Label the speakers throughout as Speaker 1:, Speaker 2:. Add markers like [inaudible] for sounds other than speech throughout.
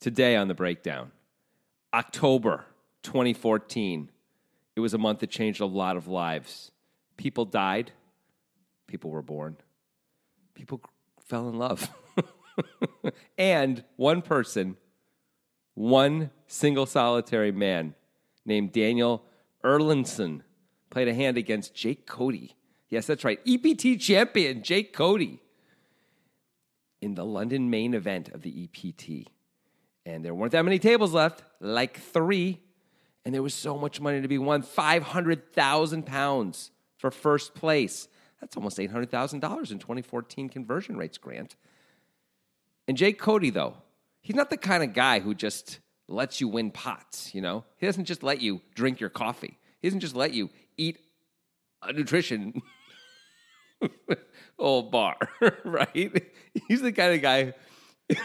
Speaker 1: Today on the breakdown, October 2014. It was a month that changed a lot of lives. People died, people were born, people fell in love. [laughs] and one person, one single solitary man named Daniel Erlinson played a hand against Jake Cody. Yes, that's right. EPT champion Jake Cody in the London main event of the E EPT. And there weren't that many tables left, like three. And there was so much money to be won 500,000 pounds for first place. That's almost $800,000 in 2014 conversion rates, Grant. And Jake Cody, though, he's not the kind of guy who just lets you win pots, you know? He doesn't just let you drink your coffee, he doesn't just let you eat a nutrition [laughs] old bar, [laughs] right? He's the kind of guy. he's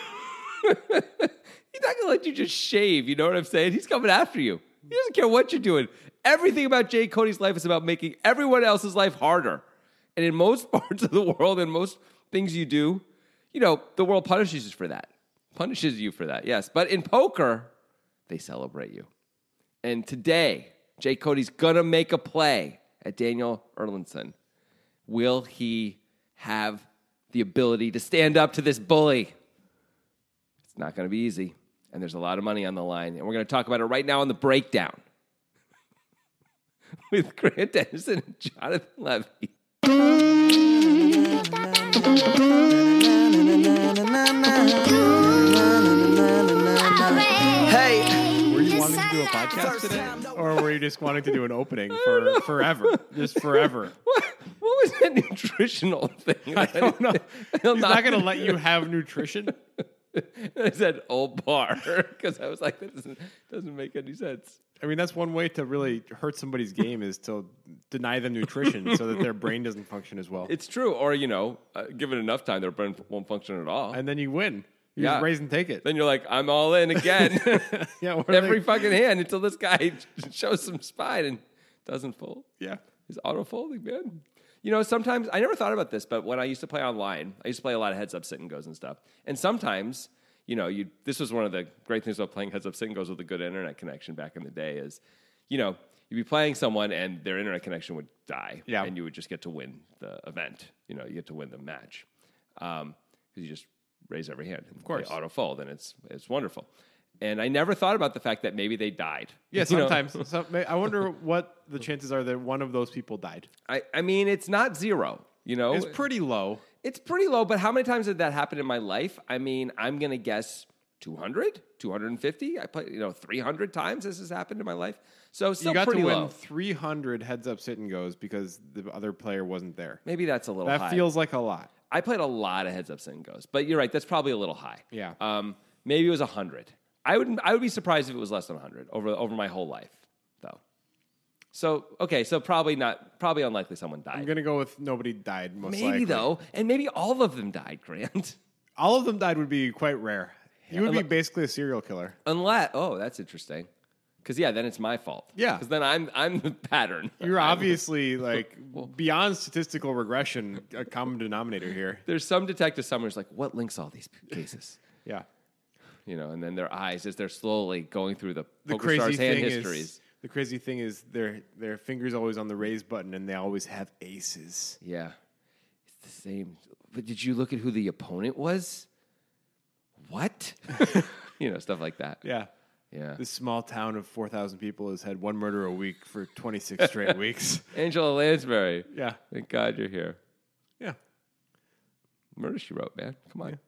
Speaker 1: not gonna let you just shave. You know what I'm saying? He's coming after you. He doesn't care what you're doing. Everything about Jay Cody's life is about making everyone else's life harder. And in most [laughs] parts of the world, and most things you do, you know, the world punishes you for that. Punishes you for that, yes. But in poker, they celebrate you. And today, Jay Cody's gonna make a play at Daniel Erlinson. Will he have the ability to stand up to this bully? It's not going to be easy. And there's a lot of money on the line. And we're going to talk about it right now on the breakdown [laughs] with Grant Anderson and Jonathan Levy.
Speaker 2: Were you wanting to do a podcast today, or were you just wanting to do an opening for forever, just forever?
Speaker 1: What, what was that nutritional thing?
Speaker 2: I don't [laughs] know.
Speaker 1: He'll
Speaker 2: He's not going to let you have nutrition.
Speaker 1: [laughs] I said old bar [laughs] because I was like, that doesn't, doesn't make any sense.
Speaker 2: I mean, that's one way to really hurt somebody's game is to deny them nutrition so that their brain doesn't function as well,
Speaker 1: It's true. Or, you know, uh, give it enough time, their brain won't function at all.
Speaker 2: and then you win. You
Speaker 1: Yeah.
Speaker 2: just raise and take it.
Speaker 1: then you're like, I'm all in
Speaker 2: [laughs]
Speaker 1: again. [laughs]
Speaker 2: yeah, what are
Speaker 1: every
Speaker 2: they-
Speaker 1: fucking hand until this guy [laughs] shows some spine and doesn't fold.
Speaker 2: [laughs] yeah.
Speaker 1: He's auto folding, man. You know, sometimes I never thought about this, but when I used to play online, I used to play a lot of heads up sit and goes and stuff. And sometimes, you know, you this was one of the great things about playing heads up sit and goes with a good internet connection back in the day is, you know, you'd be playing someone and their internet connection would die,
Speaker 2: Yeah.
Speaker 1: and you would just get to win the event. You know, you get to win the match because you just raise every hand. Of
Speaker 2: course.
Speaker 1: auto fold, and it's it's wonderful. And I never thought about the fact that maybe they died.
Speaker 2: Yeah,
Speaker 1: [laughs] You know?
Speaker 2: sometimes. some, may- I wonder what the chances are that one of those people died.
Speaker 1: I, I mean, it's not zero. You know,
Speaker 2: It's pretty low.
Speaker 1: It's pretty low, but how many times did that happen in my life? I mean, I'm going to guess 200, 250. I played, you know, 300 times this has happened in my life. So still
Speaker 2: you got to
Speaker 1: pretty
Speaker 2: win
Speaker 1: low.
Speaker 2: 300 heads up sit and goes because the other player wasn't there.
Speaker 1: Maybe that's a little
Speaker 2: That
Speaker 1: high.
Speaker 2: feels like a lot.
Speaker 1: I played a lot of heads ups and goes, but you're right. That's probably a little high.
Speaker 2: Yeah.
Speaker 1: Um, maybe it was 100. I would, I would be surprised if it was less than 100 over, over my whole life, though. So, okay, so probably not, probably unlikely someone died.
Speaker 2: I'm gonna go with nobody died. Most
Speaker 1: maybe,
Speaker 2: likely.
Speaker 1: though, and maybe all of them died, Grant.
Speaker 2: all of them died would be quite rare. You would be basically a serial killer.
Speaker 1: Unless, oh, that's interesting. Because yeah, then it's my fault.
Speaker 2: Yeah.
Speaker 1: Because then I'm I'm the [laughs] pattern.
Speaker 2: You're obviously like beyond statistical regression, a common denominator here.
Speaker 1: There's some detective somewhere who's like, what links all these cases?
Speaker 2: Yeah,
Speaker 1: You know, and then their eyes as they're slowly going through the,
Speaker 2: the
Speaker 1: PokerStars
Speaker 2: crazy
Speaker 1: hand
Speaker 2: thing
Speaker 1: histories.
Speaker 2: is the crazy thing is their their fingers always on the raise button, and they always have aces.
Speaker 1: Yeah. It's the same. But did you look at who the opponent was?
Speaker 2: [laughs]
Speaker 1: What? [laughs] you know, stuff like that.
Speaker 2: Yeah,
Speaker 1: Yeah.
Speaker 2: this small town of four thousand people has had one murder a week for twenty six straight weeks.
Speaker 1: Angela Lansbury.
Speaker 2: Yeah,
Speaker 1: Thank God you're here.
Speaker 2: yeah.
Speaker 1: Murder She Wrote, man. Come on.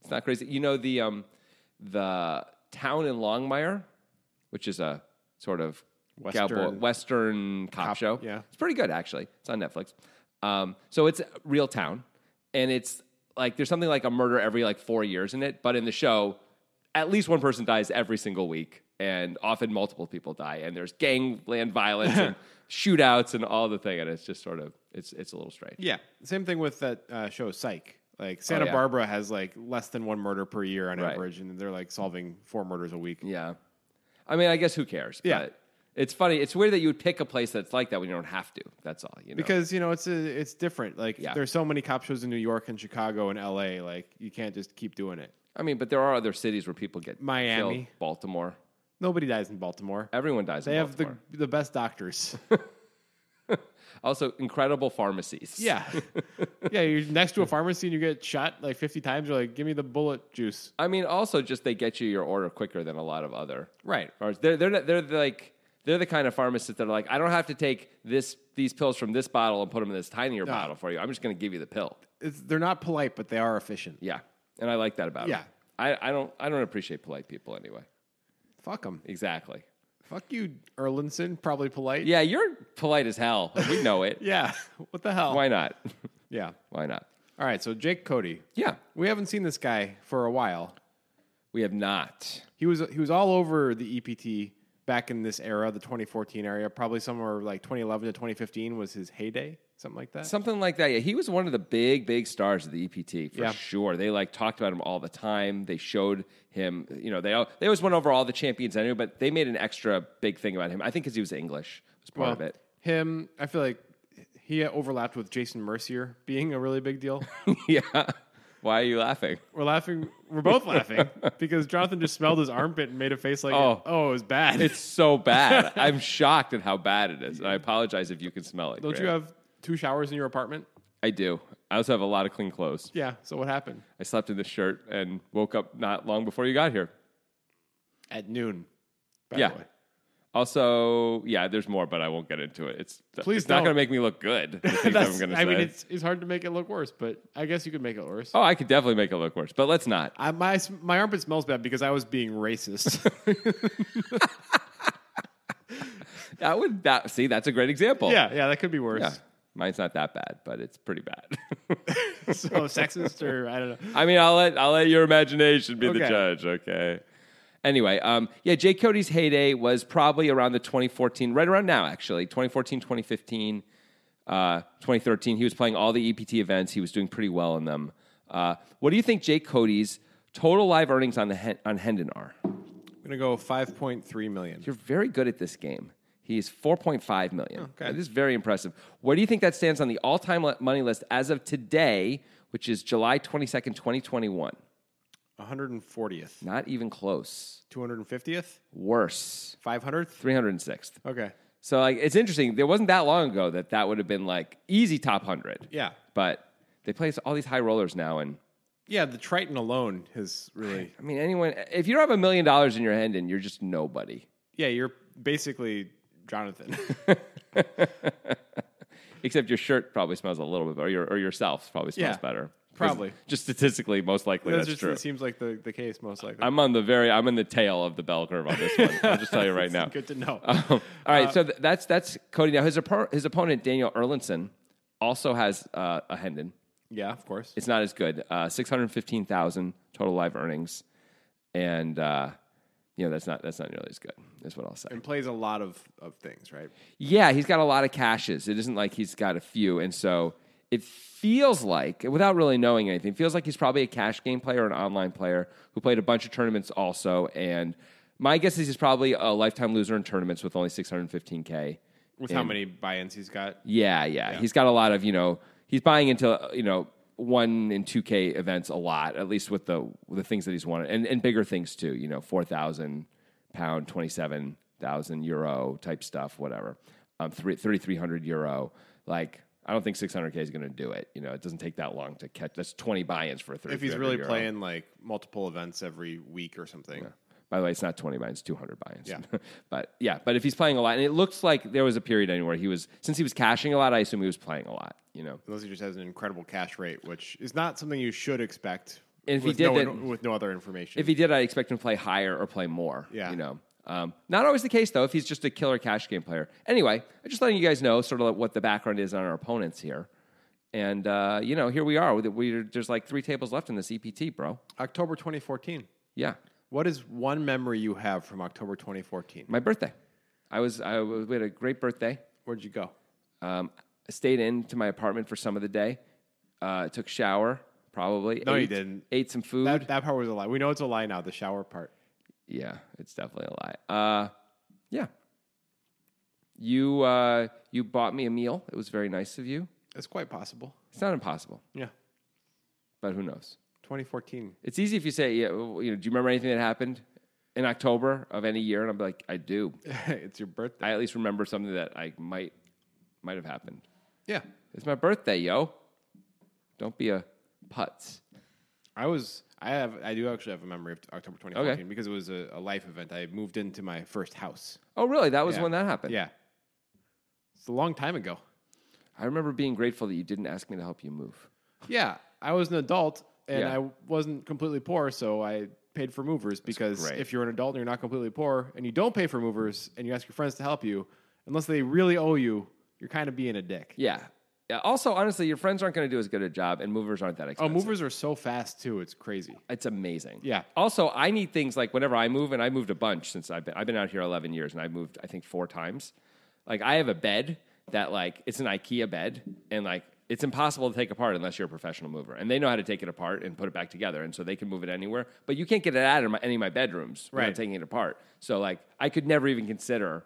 Speaker 1: It's not crazy. You know the um the town in Longmire, which is a sort of
Speaker 2: Western-
Speaker 1: cowboy western cop,
Speaker 2: Cop,
Speaker 1: show.
Speaker 2: yeah.
Speaker 1: It's pretty good actually. It's on Netflix. Um so it's a real town and it's like there's something like a murder every like 4 years in it, but in the show at least one person dies every single week and often multiple people die and there's gangland
Speaker 2: [laughs]
Speaker 1: violence and shootouts and all the thing and it's just sort of it's it's a little strange.
Speaker 2: Yeah, same thing with that uh, show Psych. Like Santa
Speaker 1: Oh, yeah.
Speaker 2: Barbara has like less than one murder per year on
Speaker 1: Right.
Speaker 2: average, and they're like solving four murders a week.
Speaker 1: Yeah. I mean, I guess who cares?
Speaker 2: Yeah.
Speaker 1: But it's funny. It's weird that you would pick a place that's like that when you don't have to. That's all. You know?
Speaker 2: Because you know it's a, it's different. Like
Speaker 1: Yeah.
Speaker 2: there's so many cop shows in New York and Chicago and L.A. Like you can't just keep doing it.
Speaker 1: I mean, but there are other cities where people get
Speaker 2: Miami.
Speaker 1: killed. Baltimore.
Speaker 2: Nobody dies in Baltimore.
Speaker 1: Everyone dies.
Speaker 2: They
Speaker 1: in
Speaker 2: have
Speaker 1: Baltimore.
Speaker 2: the the
Speaker 1: [laughs]
Speaker 2: best doctors. [laughs]
Speaker 1: also incredible pharmacies.
Speaker 2: yeah, yeah. You're next to a pharmacy and you get shot like 50 times. You're like, give me the bullet juice.
Speaker 1: I mean, also just they get you your order quicker than a lot of other
Speaker 2: Right.
Speaker 1: pharmacists. They're they're not, they're like they're the kind of pharmacists that are like, I don't have to take this these pills from this bottle and put them in this tinier bottle for you. I'm just going to give you the pill.
Speaker 2: It's, they're not polite, but they are efficient.
Speaker 1: Yeah, and I like that about
Speaker 2: Yeah.
Speaker 1: them. I, I don't I don't appreciate polite people anyway.
Speaker 2: Fuck them.
Speaker 1: Exactly.
Speaker 2: Fuck you, Erlinson. Probably polite.
Speaker 1: Yeah, you're polite as hell. We know it.
Speaker 2: [laughs] Yeah. What the hell?
Speaker 1: Why not? [laughs]
Speaker 2: Yeah.
Speaker 1: Why not?
Speaker 2: All right. So Jake Cody.
Speaker 1: Yeah,
Speaker 2: We haven't seen this guy for a while.
Speaker 1: we have not.
Speaker 2: He was he was all over the EPT back in this era, the 2014 area, probably somewhere like 2011 to 2015 was his heyday, something like that.
Speaker 1: Something like that. Yeah, he was one of the big, big stars of the EPT for
Speaker 2: Yeah.
Speaker 1: sure. They like talked about him all the time. They showed him. You know, they all, they always went over all the champions anyway, but they made an extra big thing about him. I think because he was English was part of it. [laughs]
Speaker 2: Him, I feel like he overlapped with Jason Mercier being a really
Speaker 1: [laughs]
Speaker 2: big deal.
Speaker 1: yeah. Why are you laughing?
Speaker 2: We're laughing. We're both laughing because Jonathan just smelled his armpit and made a face like,
Speaker 1: Oh.
Speaker 2: "Oh, it was bad."
Speaker 1: It's so
Speaker 2: [laughs]
Speaker 1: bad. I'm shocked at how bad it is, and I apologize if you can smell it.
Speaker 2: Don't you
Speaker 1: Graham.
Speaker 2: have two showers in your apartment?
Speaker 1: I do. I also have a lot of clean clothes.
Speaker 2: Yeah. So what happened
Speaker 1: I slept in this shirt and woke up not long before you got here.
Speaker 2: at noon? By
Speaker 1: Yeah.
Speaker 2: The way.
Speaker 1: Also, yeah, there's more, but I won't get into it. It's
Speaker 2: Please
Speaker 1: it's not going to
Speaker 2: don't.
Speaker 1: make me look
Speaker 2: [laughs]
Speaker 1: good. the things
Speaker 2: That's-
Speaker 1: I'm going to
Speaker 2: I mean,
Speaker 1: say.
Speaker 2: it's, it's hard to make it look worse, but I guess you could make it worse.
Speaker 1: oh, I could definitely make it look worse, but let's not.
Speaker 2: I, my my armpit smells bad because I was being racist.
Speaker 1: That would that see that's a great example.
Speaker 2: [laughs] yeah, yeah, that could be worse.
Speaker 1: yeah. Mine's not that bad, but it's pretty bad. [laughs]
Speaker 2: [laughs] So sexist or I don't know.
Speaker 1: I mean, I'll let I'll let your imagination be the
Speaker 2: Okay.
Speaker 1: judge. Okay. Anyway, um, yeah, Jay Cody's heyday was probably around the 2014, right around now, actually, 2014, 2015, uh, 2013. He was playing all the EPT events. He was doing pretty well in them. Uh, what do you think Jay Cody's total live earnings on the Hen- on Hendon are?
Speaker 2: I'm gonna go 5.3 million.
Speaker 1: You're very good at this game. He's 4.5 million.
Speaker 2: Oh, Okay.
Speaker 1: This is very impressive. Where do you think that stands on the all-time le- money list as of today, which is July 22nd, 2021?
Speaker 2: 140th,
Speaker 1: Not even close.
Speaker 2: 250th,
Speaker 1: Worse.
Speaker 2: 500th.
Speaker 1: 306th.
Speaker 2: Okay,
Speaker 1: So like it's interesting. There wasn't that long ago that that would have been like easy top 100.
Speaker 2: Yeah.
Speaker 1: But they play all these high rollers now and
Speaker 2: yeah, the Triton alone has really.
Speaker 1: I mean anyone if you don't have a million dollars in your hand and you're just nobody.
Speaker 2: Yeah, you're basically Jonathan.
Speaker 1: Except your shirt probably smells a little bit better or your or yourself probably smells
Speaker 2: Yeah.
Speaker 1: better. 'Cause
Speaker 2: [laughs] Probably.
Speaker 1: Just statistically most likely
Speaker 2: That's
Speaker 1: that's,
Speaker 2: just
Speaker 1: true.
Speaker 2: it seems like the, the case most likely.
Speaker 1: I'm on the very I'm in the tail of the bell curve on this one. I'll just
Speaker 2: [laughs]
Speaker 1: tell you right now.
Speaker 2: Good Uh, to know.
Speaker 1: [laughs] All right, so th- that's that's Cody. Now his oppo- his opponent Daniel Erlinson also has uh, a Hendon.
Speaker 2: yeah, of course.
Speaker 1: It's not as good. Uh, Six hundred fifteen thousand total live earnings, and uh, you know that's not that's not nearly as good. Is what I'll say.
Speaker 2: And plays a lot of, of things, right?
Speaker 1: Yeah, he's got a lot of caches. It isn't like he's got a few, and so it feels like, without really knowing anything, it feels like he's probably a cash game player, or an online player who played a bunch of tournaments also. And my guess is he's probably a lifetime loser in tournaments with only six hundred fifteen k.
Speaker 2: With how many buy-ins he's got.
Speaker 1: Yeah, yeah, He's got a lot of, you know, he's buying into, uh, you know, one and two K events a lot, at least with the with the things that he's wanted and, and bigger things too, you know, four thousand pound, twenty seven thousand euro type stuff, whatever. Um three thirty three hundred euro. Like I don't think six hundred K is gonna do it. You know, it doesn't take that long to catch that's twenty buy ins for a thirty.
Speaker 2: If he's really playing like multiple events every week or something.
Speaker 1: By the way, it's not 20 buy-ins, 200 buy-ins.
Speaker 2: Yeah.
Speaker 1: [laughs] but yeah, but if he's playing a lot, and it looks like there was a period anywhere he was, since he was cashing a lot, I assume he was playing a lot, you know?
Speaker 2: unless he just has an incredible cash rate, which is not something you should expect.
Speaker 1: And if he
Speaker 2: with
Speaker 1: did,
Speaker 2: no,
Speaker 1: then-
Speaker 2: with no other information,
Speaker 1: If he did, I expect him to play higher or play more.
Speaker 2: Yeah.
Speaker 1: You know, um, not always the case though. If he's just a killer cash game player. Anyway, I'm just letting you guys know sort of what the background is on our opponents here. And uh, you know, here we are. We- We're, there's like three tables left in this EPT, bro.
Speaker 2: October 2014.
Speaker 1: Yeah,
Speaker 2: What is one memory you have from October 2014?
Speaker 1: my birthday. I was I was, we had a great birthday.
Speaker 2: Where'd you go?
Speaker 1: Um, I stayed in to my apartment for some of the day. Uh, took shower probably.
Speaker 2: No, you
Speaker 1: ate-
Speaker 2: didn't.
Speaker 1: Ate some food.
Speaker 2: That, that part was a lie. We know it's a lie now. The shower part.
Speaker 1: Yeah, it's definitely a lie. Uh, yeah. You uh, you bought me a meal. It was very nice of you.
Speaker 2: It's quite possible.
Speaker 1: It's not impossible,
Speaker 2: Yeah,
Speaker 1: but who knows?
Speaker 2: 2014.
Speaker 1: It's easy if you say, yeah, well, you know, do you remember anything that happened in October of any year? And I'm like, I
Speaker 2: [laughs]
Speaker 1: do.
Speaker 2: [laughs] it's your birthday.
Speaker 1: I at least remember something that I might might have happened.
Speaker 2: Yeah.
Speaker 1: It's my birthday, yo. Don't be a putz.
Speaker 2: I was. I have. I do actually have a memory of October 2014
Speaker 1: Okay.
Speaker 2: because it was a, a life event. I moved into my first house.
Speaker 1: Oh, really? That was
Speaker 2: Yeah.
Speaker 1: when that happened.
Speaker 2: Yeah. It's a long time ago.
Speaker 1: I remember being grateful that you didn't ask me to help you move.
Speaker 2: Yeah, I was an adult and
Speaker 1: Yeah.
Speaker 2: I wasn't completely poor, so I paid for movers because
Speaker 1: great.
Speaker 2: if you're an adult and you're not completely poor and you don't pay for movers and you ask your friends to help you, unless they really owe you, you're kind of being a dick.
Speaker 1: Yeah. Yeah. Also, honestly, your friends aren't going to do as good a job, and movers aren't that
Speaker 2: Oh,
Speaker 1: expensive.
Speaker 2: movers are so fast too; it's crazy.
Speaker 1: It's amazing.
Speaker 2: Yeah.
Speaker 1: Also, I need things like whenever I move, and I moved a bunch since I've been I've been out here eleven years, and I moved I think four times. Like I have a bed that like it's an IKEA bed, and like it's impossible to take apart unless you're a professional mover, and they know how to take it apart and put it back together, and so they can move it anywhere. But you can't get it out of my, any of my bedrooms without
Speaker 2: Right.
Speaker 1: taking it apart. So like I could never even consider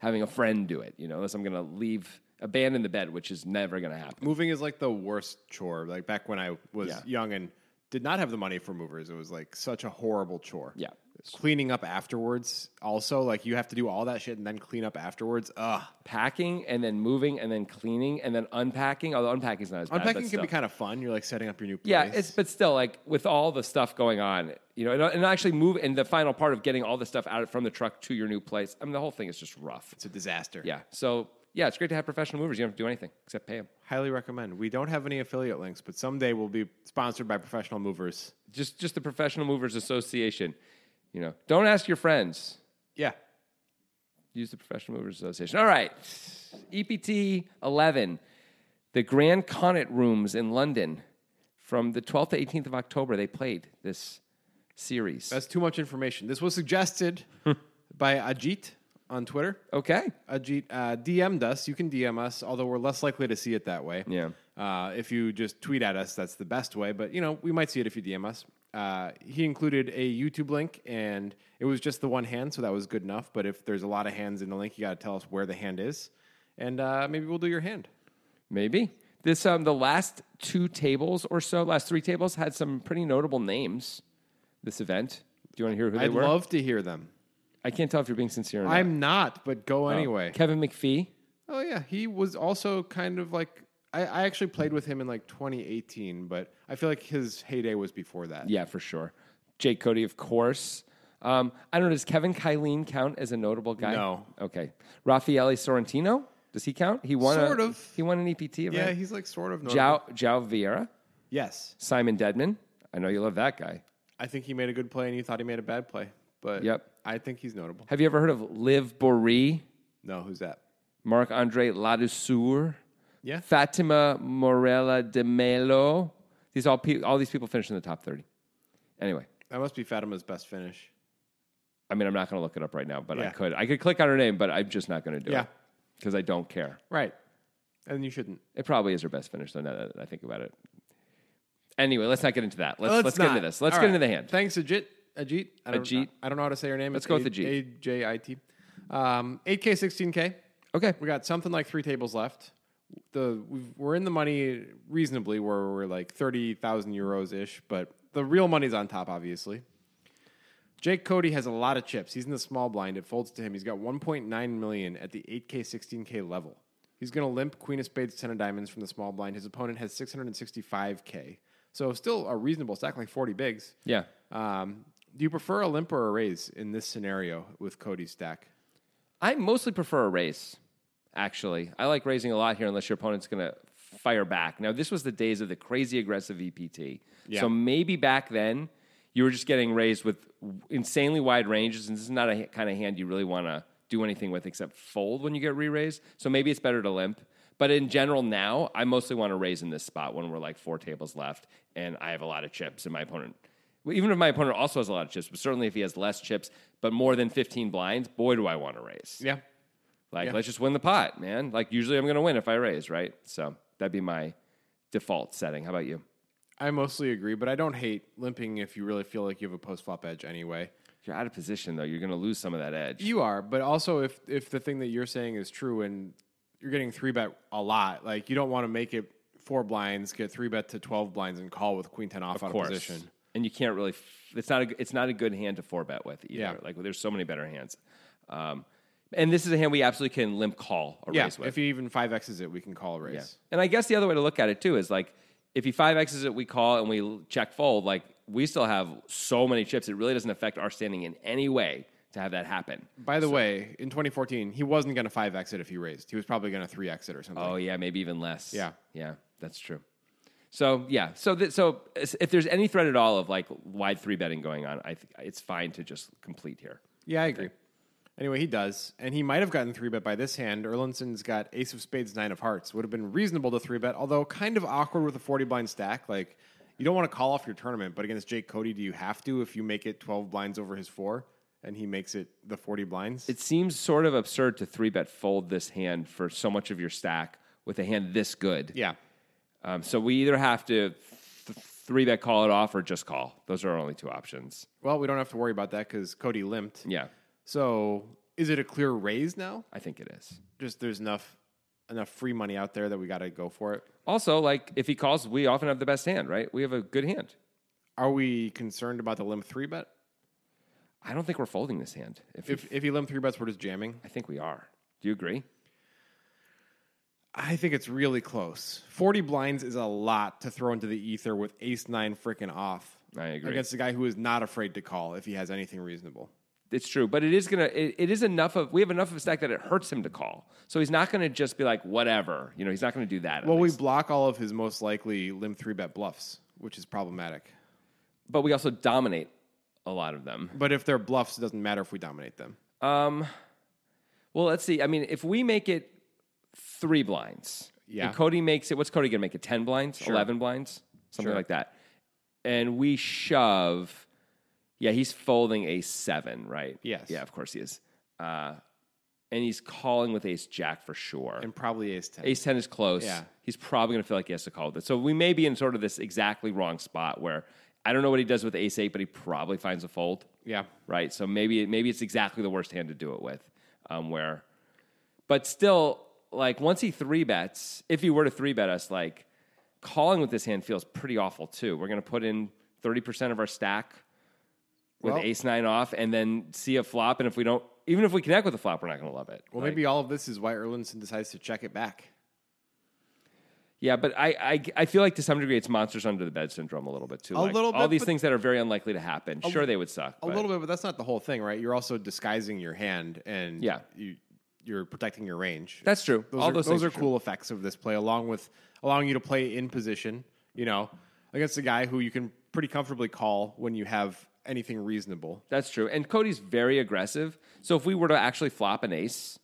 Speaker 1: having a friend do it, you know, unless I'm going to leave abandon the bed, which is never going to happen.
Speaker 2: Moving is like the worst chore. Like back when I was
Speaker 1: Yeah.
Speaker 2: young and did not have the money for movers, it was like such a horrible chore.
Speaker 1: Yeah.
Speaker 2: Cleaning up afterwards, also like you have to do all that shit and then clean up afterwards. Ugh.
Speaker 1: Packing and then moving and then cleaning and then unpacking. Although unpacking's not as bad, but
Speaker 2: Unpacking can
Speaker 1: still.
Speaker 2: be kind of fun. You're like setting up your new place.
Speaker 1: Yeah, it's but still like with all the stuff going on, you know, and, and actually move and the final part of getting all the stuff out from the truck to your new place. I mean, the whole thing is just rough.
Speaker 2: it's a disaster.
Speaker 1: Yeah, so yeah, it's great to have professional movers. You don't have to do anything except pay them.
Speaker 2: Highly recommend. We don't have any affiliate links, but someday we'll be sponsored by professional movers.
Speaker 1: Just just the Professional Movers Association. You know, don't ask your friends.
Speaker 2: Yeah.
Speaker 1: Use the Professional Movers Association. All right, EPT eleven, the Grand Connaught Rooms in London, from the twelfth to eighteenth of October. They played this series.
Speaker 2: That's too much information. This was suggested
Speaker 1: Hmm.
Speaker 2: by Ajit on Twitter.
Speaker 1: okay.
Speaker 2: Ajit uh, DM'd us. You can DM us, although we're less likely to see it that way.
Speaker 1: Yeah.
Speaker 2: Uh, if you just tweet at us, that's the best way. But you know, we might see it if you DM us. Uh, he included a YouTube link, and it was just the one hand, so that was good enough. But if there's a lot of hands in the link, you got to tell us where the hand is, and uh, maybe we'll do your hand.
Speaker 1: Maybe this um the last two tables or so, last three tables had some pretty notable names. This event. Do you want to hear who they
Speaker 2: I'd
Speaker 1: were?
Speaker 2: love to hear them.
Speaker 1: I can't tell if you're being sincere or not.
Speaker 2: I'm not, but go anyway.
Speaker 1: Kevin McPhee.
Speaker 2: Oh yeah, he was also kind of like I, I actually played with him in like 2018, but I feel like his heyday was before that.
Speaker 1: Yeah, for sure. Jake Cody, of course. Um, I don't know. Does Kevin Kylene count as a notable guy?
Speaker 2: No.
Speaker 1: Okay. Raffaele Sorrentino. Does he count? He won. a-
Speaker 2: Sort of.
Speaker 1: He won an EPT event.
Speaker 2: Yeah, he's like sort of. notable.
Speaker 1: Jao Jao Vieira.
Speaker 2: Yes,
Speaker 1: Simon Dedman. I know you love that guy.
Speaker 2: I think he made a good play, and you thought he made a bad play, but
Speaker 1: Yep.
Speaker 2: I think he's notable.
Speaker 1: Have you ever heard of Liv Boree?
Speaker 2: No, who's that?
Speaker 1: Marc Andre Ladouceur,
Speaker 2: Yeah.
Speaker 1: Fatima Morella de Melo. These all pe- all these people finished in the top thirty. Anyway,
Speaker 2: That must be Fatima's best finish.
Speaker 1: I mean, I'm not going to look it up right now, but I
Speaker 2: Yeah.
Speaker 1: could. I could click on her name, but I'm just not going to do
Speaker 2: Yeah.
Speaker 1: it because I don't care.
Speaker 2: Right, and you shouldn't.
Speaker 1: It probably is her best finish, though. Now that I think about it. Anyway, let's not get into that. Let's
Speaker 2: Let's
Speaker 1: let's, get into
Speaker 2: not.
Speaker 1: this. Let's
Speaker 2: All
Speaker 1: get
Speaker 2: right.
Speaker 1: into the hand.
Speaker 2: Thanks, Ajit. Ajit. I don't,
Speaker 1: Ajit.
Speaker 2: I don't know how to say your name.
Speaker 1: Let's
Speaker 2: It's
Speaker 1: go with
Speaker 2: A-
Speaker 1: Ajit.
Speaker 2: A J I T. Um, 8K, 16K.
Speaker 1: Okay,
Speaker 2: We got something like three tables left. The we've, we're in the money reasonably, where we're like thirty thousand euros ish, but the real money's on top, obviously. Jake Cody has a lot of chips. He's in the small blind. It folds to him. He's got one point nine million at the eight k, sixteen k level. He's going to limp Queen of Spades, Ten of Diamonds from the small blind. His opponent has six hundred and sixty five k. So still a reasonable stack, like forty bigs.
Speaker 1: yeah.
Speaker 2: Um, do you prefer a limp or a raise in this scenario with Cody's stack?
Speaker 1: I mostly prefer a race, actually. I like raising a lot here unless your opponent's going to fire back. Now, this was the days of the crazy aggressive EPT. So maybe back then you were just getting raised with insanely wide ranges, and this is not a kind of hand you really want to do anything with except fold when you get re raised. So maybe it's better to limp. But in general, now I mostly want to raise in this spot when we're like four tables left and I have a lot of chips and my opponent well, even if my opponent also has a lot of chips, but certainly if he has less chips, but more than 15 blinds, boy, do I want to raise.
Speaker 2: Yeah,
Speaker 1: Like, let's just win the pot, man. Like, usually I'm going to win if I raise, right? So that'd be my default setting. How about you?
Speaker 2: I mostly agree, but I don't hate limping if you really feel like you have a post flop edge anyway.
Speaker 1: If you're out of position, though, you're going to lose some of that edge.
Speaker 2: You are, but also if if the thing that you're saying is true and you're getting three bet a lot, like you don't want to make it four blinds, get three bet to twelve blinds, and call with queen ten off out
Speaker 1: course.
Speaker 2: of position.
Speaker 1: And you can't really. f- It's not. A, it's not a good hand to four bet with either.
Speaker 2: Yeah.
Speaker 1: Like there's so many better hands. Um, and this is a hand we absolutely can limp call a
Speaker 2: Yeah,
Speaker 1: raise with.
Speaker 2: if he even five X's it, we can call a raise.
Speaker 1: Yeah. And I guess the other way to look at it too is like if he five X's it, we call and we l- check fold. Like we still have so many chips, it really doesn't affect our standing in any way to have that happen.
Speaker 2: By the way, in 2014, he wasn't going to five exit if he raised. He was probably going to three exit or something.
Speaker 1: Oh yeah, maybe even less.
Speaker 2: Yeah.
Speaker 1: yeah, that's true. So yeah, so th- so s- if there's any threat at all of like wide three betting going on, I think it's fine to just complete here.
Speaker 2: Yeah, I agree. Anyway, he does, and he might have gotten three bet by this hand. Erlinson's got ace of spades, nine of hearts. Would have been reasonable to three bet, although kind of awkward with a forty blind stack. Like you don't want to call off your tournament, but against Jake Cody, do you have to if you make it twelve blinds over his four and he makes it the forty blinds?
Speaker 1: It seems sort of absurd to three bet fold this hand for so much of your stack with a hand this good.
Speaker 2: yeah,
Speaker 1: Um, so we either have to th- three bet call it off or just call. Those are our only two options.
Speaker 2: Well, we don't have to worry about that because Cody limped.
Speaker 1: Yeah,
Speaker 2: So is it a clear raise now?
Speaker 1: I think it is.
Speaker 2: Just there's enough enough free money out there that we got to go for it.
Speaker 1: Also, like if he calls, we often have the best hand, right? We have a good hand.
Speaker 2: Are we concerned about the limp three bet?
Speaker 1: I don't think we're folding this hand. If,
Speaker 2: If if he limp three bets, we're just jamming.
Speaker 1: I think we are. Do you agree?
Speaker 2: I think it's really close. Forty blinds is a lot to throw into the ether with ace nine freaking off.
Speaker 1: I agree.
Speaker 2: Against a guy who is not afraid to call if he has anything reasonable.
Speaker 1: It's true, but it is gonna. It, it is enough of. We have enough of a stack that it hurts him to call. So he's not gonna just be like whatever. You know, he's not gonna do that. at
Speaker 2: Well, we
Speaker 1: least.
Speaker 2: block all of his most likely limb three bet bluffs, which is problematic.
Speaker 1: but we also dominate a lot of them.
Speaker 2: But if they're bluffs, it doesn't matter if we dominate them.
Speaker 1: Um, well, let's see. I mean, if we make it three blinds,
Speaker 2: Yeah.
Speaker 1: and Cody makes it. What's Cody gonna make it? Ten blinds, eleven blinds, something
Speaker 2: Sure.
Speaker 1: like that. And we shove. Yeah, he's folding ace seven, right?
Speaker 2: Yes.
Speaker 1: Yeah, of course he is. Uh, and he's calling with ace jack for sure.
Speaker 2: And probably ace ten.
Speaker 1: Ace 10 is close.
Speaker 2: Yeah.
Speaker 1: He's probably going to feel like he has to call with it. So we may be in sort of this exactly wrong spot where I don't know what he does with ace 8, but he probably finds a fold,
Speaker 2: Yeah.
Speaker 1: right? So maybe maybe it's exactly the worst hand to do it with. Um, where but still like once he 3 bets, if he were to 3 bet us like calling with this hand feels pretty awful too. We're going to put in 30% of our stack with
Speaker 2: Well-
Speaker 1: ace 9 off and then see a flop and if we don't even if we connect with a flop, we're not going to love it.
Speaker 2: Well,
Speaker 1: Like-
Speaker 2: maybe all of this is why Erlinson decides to check it back.
Speaker 1: Yeah, but I, I I feel like to some degree it's monsters under the bed syndrome a little bit too. A
Speaker 2: little
Speaker 1: All
Speaker 2: bit,
Speaker 1: these
Speaker 2: but-
Speaker 1: things that are very unlikely to happen. Sure, they would suck.
Speaker 2: A little bit, but that's not the whole thing, right? You're also disguising your hand, and
Speaker 1: Yeah.
Speaker 2: you, you're protecting your range.
Speaker 1: That's true.
Speaker 2: Those
Speaker 1: All
Speaker 2: are,
Speaker 1: those
Speaker 2: those
Speaker 1: things
Speaker 2: are,
Speaker 1: are true.
Speaker 2: cool effects of this play, along with allowing you to play in position. You know, against a guy who you can pretty comfortably call when you have anything reasonable.
Speaker 1: That's true. And Cody's very aggressive. So if we were to actually flop an ace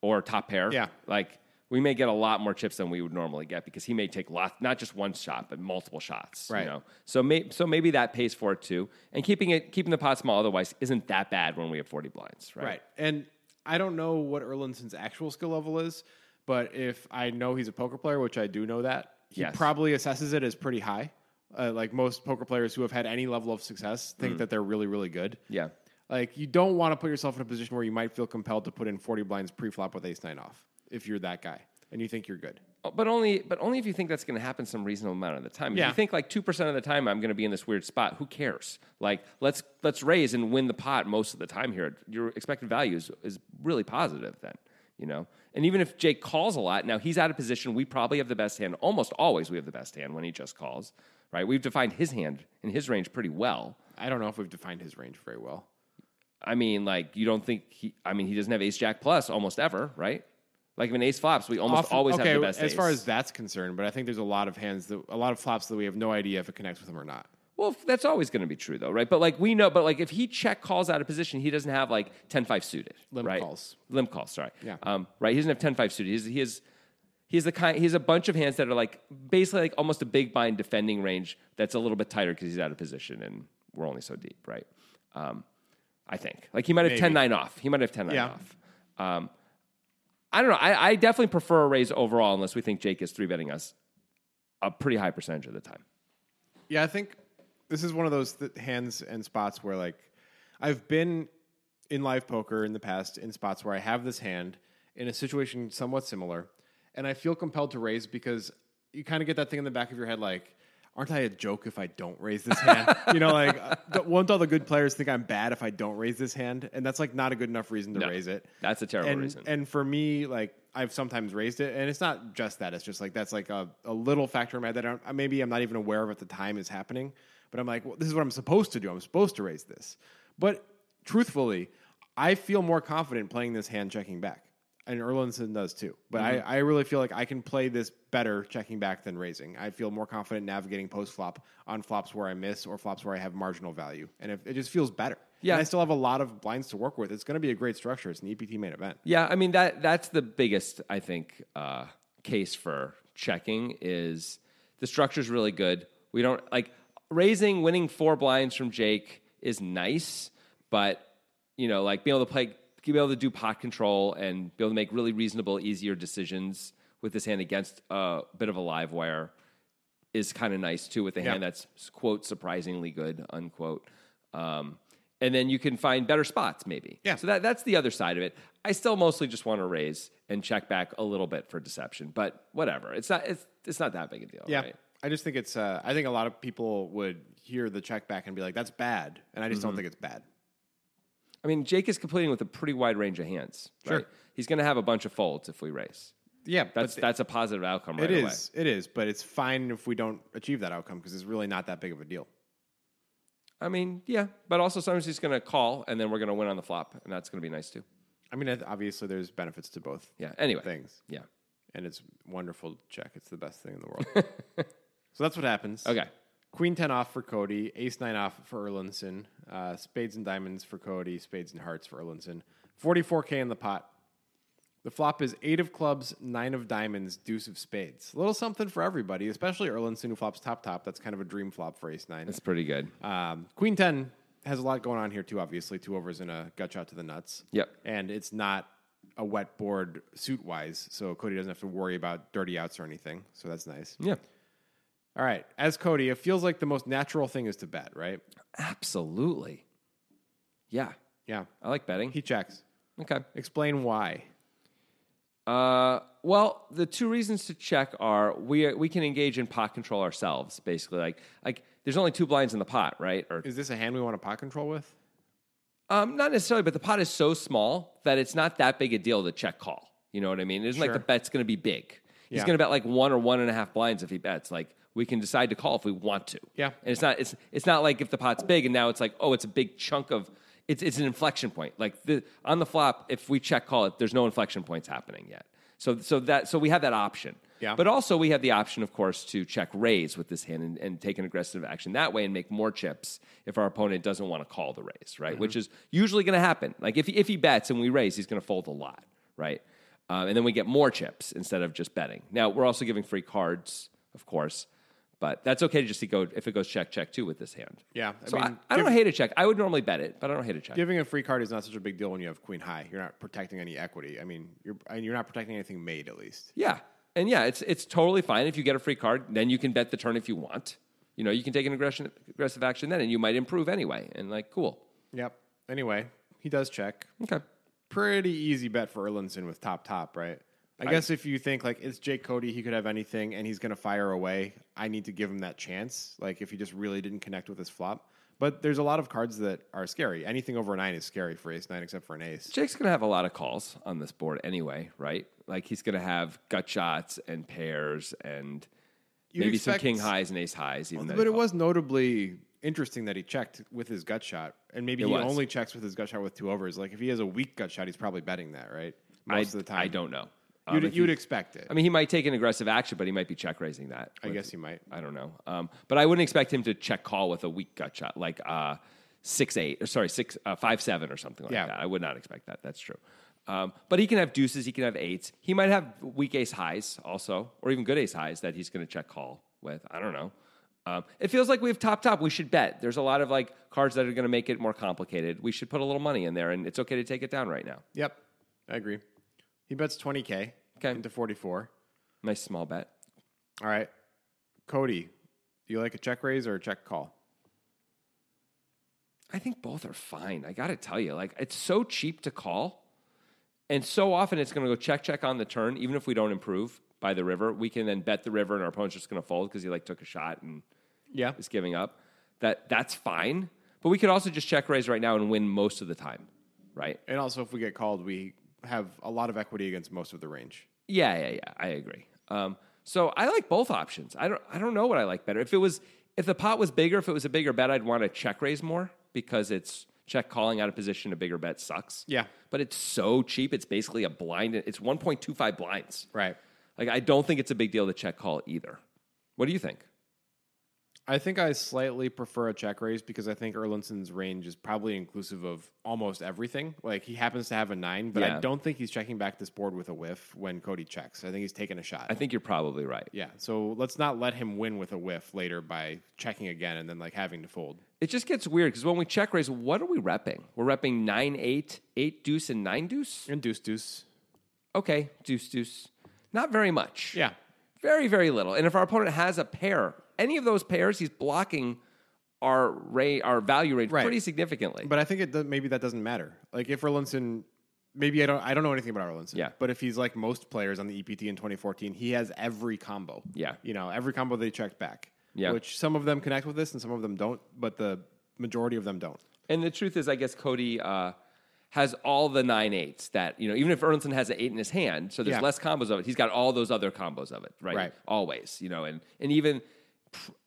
Speaker 1: or top pair,
Speaker 2: Yeah.
Speaker 1: like we may get a lot more chips than we would normally get because he may take lots, not just one shot, but multiple shots.
Speaker 2: Right.
Speaker 1: You know? So may, so maybe that pays for it too. And keeping it keeping the pot small otherwise isn't that bad when we have forty blinds, right?
Speaker 2: And I don't know what Erlinson's actual skill level is, but if I know he's a poker player, which I do know that, he
Speaker 1: Yes.
Speaker 2: probably assesses it as pretty high. Uh, like most poker players who have had any level of success think that they're really, really good.
Speaker 1: Mm. Yeah.
Speaker 2: Like you don't want to put yourself in a position where you might feel compelled to put in 40 blinds pre-flop with ace nine off if you're that guy and you think you're good.
Speaker 1: Oh, But only, but only if you think that's going to happen some reasonable amount of the time. If
Speaker 2: Yeah.
Speaker 1: you think like two percent of the time I'm going to be in this weird spot, who cares? Like let's let's raise and win the pot most of the time here. Your expected value is, is really positive then, you know. And even if Jake calls a lot, now he's out of position. We probably have the best hand. Almost always we have the best hand when he just calls, right? We've defined his hand and his range pretty well.
Speaker 2: I don't know if we've defined his range very well.
Speaker 1: I mean, like you don't think he? I mean, he doesn't have Ace Jack plus almost ever, right? Like if an Ace flops, we almost
Speaker 2: Often-
Speaker 1: always
Speaker 2: okay,
Speaker 1: have the best.
Speaker 2: as far
Speaker 1: ace.
Speaker 2: as that's concerned, but I think there's a lot of hands that a lot of flops that we have no idea if it connects with him or not.
Speaker 1: Well, f- that's always going to be true, though, right? But like we know, but like if he check calls out of position, he doesn't have like 10 5 suited.
Speaker 2: Limp
Speaker 1: right?
Speaker 2: calls.
Speaker 1: Limp calls, sorry.
Speaker 2: Yeah.
Speaker 1: Um, right? He doesn't have 10 5 suited. He's, he has. He has the kind. He has a bunch of hands that are like basically like almost a big blind defending range that's a little bit tighter because he's out of position and we're only so deep, right? Um, I think like he might have 10-9 off. He might have 10-9
Speaker 2: Yeah.
Speaker 1: off. Um, I don't know. I, I definitely prefer a raise overall unless we think Jake is three betting us a pretty high percentage of the time.
Speaker 2: Yeah, I think this is one of those th- hands and spots where like I've been in live poker in the past in spots where I have this hand in a situation somewhat similar, and I feel compelled to raise because you kind of get that thing in the back of your head like, aren't I a joke if I don't raise
Speaker 1: [laughs]
Speaker 2: this hand? you know, like, uh, th- won't all the good players think I'm bad if I don't raise this hand? And that's like not a good enough reason to
Speaker 1: No.
Speaker 2: raise it.
Speaker 1: That's a terrible
Speaker 2: and,
Speaker 1: reason.
Speaker 2: And for me, like I've sometimes raised it, and it's not just that. It's just like that's like a, a little factor in my head that I don't, maybe I'm not even aware of at the time is happening. But I'm like, well, this is what I'm supposed to do. I'm supposed to raise this. But truthfully, I feel more confident playing this hand checking back. And Erlinson does too. But I, I really feel like I can play this better checking back than raising. I feel more confident navigating post flop on flops where I miss or flops where I have marginal value. And if, it just feels better.
Speaker 1: Yeah.
Speaker 2: And I still have a lot of blinds to work with. It's going to be a great structure. It's an EPT main event.
Speaker 1: Yeah, I mean that that's the biggest I think uh, case for checking is the structure's really good. We don't like raising winning four blinds from Jake is nice, but you know, like being able to play be able to do pot control and be able to make really reasonable, easier decisions with this hand against a bit of a live wire is kind of nice too with a hand that's quote surprisingly good unquote um, and then you can find better spots maybe
Speaker 2: Yeah.
Speaker 1: so that, that's the other side of it i still mostly just want to raise and check back a little bit for deception but whatever it's not it's, it's not that big a deal
Speaker 2: Yeah.
Speaker 1: right?
Speaker 2: I just think it's, uh, I think a lot of people would hear the check back and be like, that's bad. And I just
Speaker 1: Mm-hmm.
Speaker 2: don't think it's bad.
Speaker 1: i mean jake is completing with a pretty wide range of hands
Speaker 2: Sure.
Speaker 1: right? he's going to have a bunch of folds if we raise
Speaker 2: Yeah.
Speaker 1: that's that's a positive outcome right
Speaker 2: It
Speaker 1: away
Speaker 2: is. It is. But it's fine if we don't achieve that outcome because it's really not that big of a deal.
Speaker 1: i mean yeah but also sometimes he's going to call and then we're going to win on the flop and that's going to be nice too
Speaker 2: I mean, I- obviously, there's benefits to both
Speaker 1: yeah anyway
Speaker 2: things,
Speaker 1: yeah
Speaker 2: and it's wonderful to check. It's the best thing in the world. so that's what happens.
Speaker 1: okay
Speaker 2: Queen 10 off for Cody, Ace 9 off for Erlinson, uh, Spades and Diamonds for Cody, Spades and Hearts for Erlinson. 44K in the pot. The flop is 8 of clubs, 9 of diamonds, deuce of spades. A little something for everybody, especially Erlinson who flops top top. That's kind of a dream flop for Ace 9.
Speaker 1: that's pretty good
Speaker 2: Um, Queen 10 has a lot going on here, too, obviously. Two overs and a gut shot to the nuts.
Speaker 1: Yep.
Speaker 2: And it's not a wet board suit wise, so Cody doesn't have to worry about dirty outs or anything. So that's nice.
Speaker 1: yeah
Speaker 2: All right. As Cody, it feels like the most natural thing is to bet, right?
Speaker 1: Absolutely. Yeah,
Speaker 2: Yeah.
Speaker 1: I like betting.
Speaker 2: He checks.
Speaker 1: Okay.
Speaker 2: Explain why.
Speaker 1: Uh, well, the two reasons to check are we we can engage in pot control ourselves. Basically, like like there's only two blinds in the pot, right? Or
Speaker 2: Is this a hand we want to pot control with?
Speaker 1: um, not necessarily, but the pot is so small that it's not that big a deal to check call. You know what I mean? It isn't like
Speaker 2: Sure.
Speaker 1: the bet's going to be big. He's
Speaker 2: Yeah.
Speaker 1: going to bet like one or one and a half blinds if he bets. Like we can decide to call if we want to.
Speaker 2: Yeah.
Speaker 1: And it's not it's it's not like if the pot's big and now it's like oh it's a big chunk of it's it's an inflection point. Like the on the flop if we check call it there's no inflection points happening yet. So so that so we have that option.
Speaker 2: Yeah.
Speaker 1: But also we have the option of course to check raise with this hand and, and take an aggressive action that way and make more chips if our opponent doesn't want to call the raise, right?
Speaker 2: Mm-hmm.
Speaker 1: Which is usually going to happen. Like if he, if he bets and we raise, he's going to fold a lot, right? Um, and then we get more chips instead of just betting. Now we're also giving free cards, of course, but that's okay to just to go if it goes check check too with this hand.
Speaker 2: Yeah, I
Speaker 1: I so I-
Speaker 2: mean,
Speaker 1: I, don't hate a check. I would normally bet it, but I don't hate a check.
Speaker 2: Giving a free card is not such a big deal when you have queen high. You're not protecting any equity. I mean, you're and you're not protecting anything made at least.
Speaker 1: Yeah, and yeah, it's it's totally fine if you get a free card. Then you can bet the turn if you want. You know, you can take an aggression aggressive action then, and you might improve anyway. And like, cool.
Speaker 2: Yep. Anyway, he does check.
Speaker 1: Okay.
Speaker 2: Pretty easy bet for Erlinson with top top, right? I guess if you think like it's Jake Cody, he could have anything and he's going to fire away. I need to give him that chance. Like if he just really didn't connect with his flop. But there's a lot of cards that are scary. Anything over a nine is scary for ace nine except for an ace.
Speaker 1: Jake's going to have a lot of calls on this board anyway, right? Like he's going to have gut shots and pairs and
Speaker 2: You'd
Speaker 1: maybe some
Speaker 2: expect-
Speaker 1: king highs and ace highs. Even though
Speaker 2: But
Speaker 1: he
Speaker 2: it
Speaker 1: called.
Speaker 2: was notably interesting that he checked with his gut shot, and maybe
Speaker 1: It
Speaker 2: he
Speaker 1: was.
Speaker 2: only checks with his gut shot with two overs. Like if he has a weak gut shot, he's probably betting that, right? Most
Speaker 1: I,
Speaker 2: of the time,
Speaker 1: I don't know. Um,
Speaker 2: You'd,
Speaker 1: if
Speaker 2: you'd
Speaker 1: he-
Speaker 2: expect it.
Speaker 1: I mean, he might take an aggressive action, but he might be check raising that.
Speaker 2: I
Speaker 1: with-
Speaker 2: guess he might.
Speaker 1: I don't know. Um, but I wouldn't expect him to check call with a weak gut shot like uh, six eight or sorry six uh, five seven or something like
Speaker 2: Yeah.
Speaker 1: that. I would not expect that. That's true. Um, but he can have deuces. He can have eights. He might have weak ace highs also, or even good ace highs that he's going to check call with. I don't know. Um, it feels like we have top top. We should bet. There's a lot of like cards that are going to make it more complicated. We should put a little money in there, and it's okay to take it down right now.
Speaker 2: Yep, I agree. He bets twenty k
Speaker 1: Okay.
Speaker 2: into forty four.
Speaker 1: Nice small bet.
Speaker 2: All right, Cody, do you like a check raise or a check call?
Speaker 1: I think both are fine. I got to tell you, like it's so cheap to call, and so often it's going to go check check on the turn, even if we don't improve. by the river. We can then bet the river, and our opponent's just going to fold because he like took a shot and
Speaker 2: Yeah.
Speaker 1: is giving up. That that's fine, but we could also just check raise right now and win most of the time, right?
Speaker 2: And also, if we get called, we have a lot of equity against most of the range.
Speaker 1: Yeah, yeah, yeah. I agree. Um, so I like both options. I don't I don't know what I like better. If it was if the pot was bigger, if it was a bigger bet, I'd want to check raise more because it's check calling out of position a bigger bet sucks.
Speaker 2: Yeah.
Speaker 1: But it's so cheap, it's basically a blind it's 1.25 blinds.
Speaker 2: Right.
Speaker 1: Like I don't think it's a big deal to check call either. What do you think?
Speaker 2: I think I slightly prefer a check raise because I think Erlinson's range is probably inclusive of almost everything. Like he happens to have a nine, but
Speaker 1: Yeah.
Speaker 2: I don't think he's checking back this board with a whiff when Cody checks. I think he's taking a shot.
Speaker 1: I think you're probably right.
Speaker 2: yeah. So let's not let him win with a whiff later by checking again and then like having to fold.
Speaker 1: It just gets weird because when we check raise, what are we repping? We're repping 9 8, 8 deuce, and 9 deuce.
Speaker 2: And deuce deuce.
Speaker 1: Okay, deuce, deuce. Not very much.
Speaker 2: Yeah.
Speaker 1: Very, very little. And if our opponent has a pair, any of those pairs, he's blocking our rate, our value range
Speaker 2: Right.
Speaker 1: pretty significantly.
Speaker 2: But I think it does, maybe that doesn't matter. Like if Erlinson, maybe I don't I don't know anything about Erlinson.
Speaker 1: Yeah.
Speaker 2: But if he's like most players on the EPT in 2014, he has every combo.
Speaker 1: Yeah.
Speaker 2: You know every combo they checked back.
Speaker 1: Yeah.
Speaker 2: Which some of them connect with this and some of them don't, but the majority of them don't.
Speaker 1: and the truth is, I guess Cody uh, has all the nine eights that, you know, even if Erlinson has an eight in his hand, so there's
Speaker 2: Yeah.
Speaker 1: less combos of it, he's got all those other combos of it, right?
Speaker 2: Right.
Speaker 1: Always, you know, and, and even.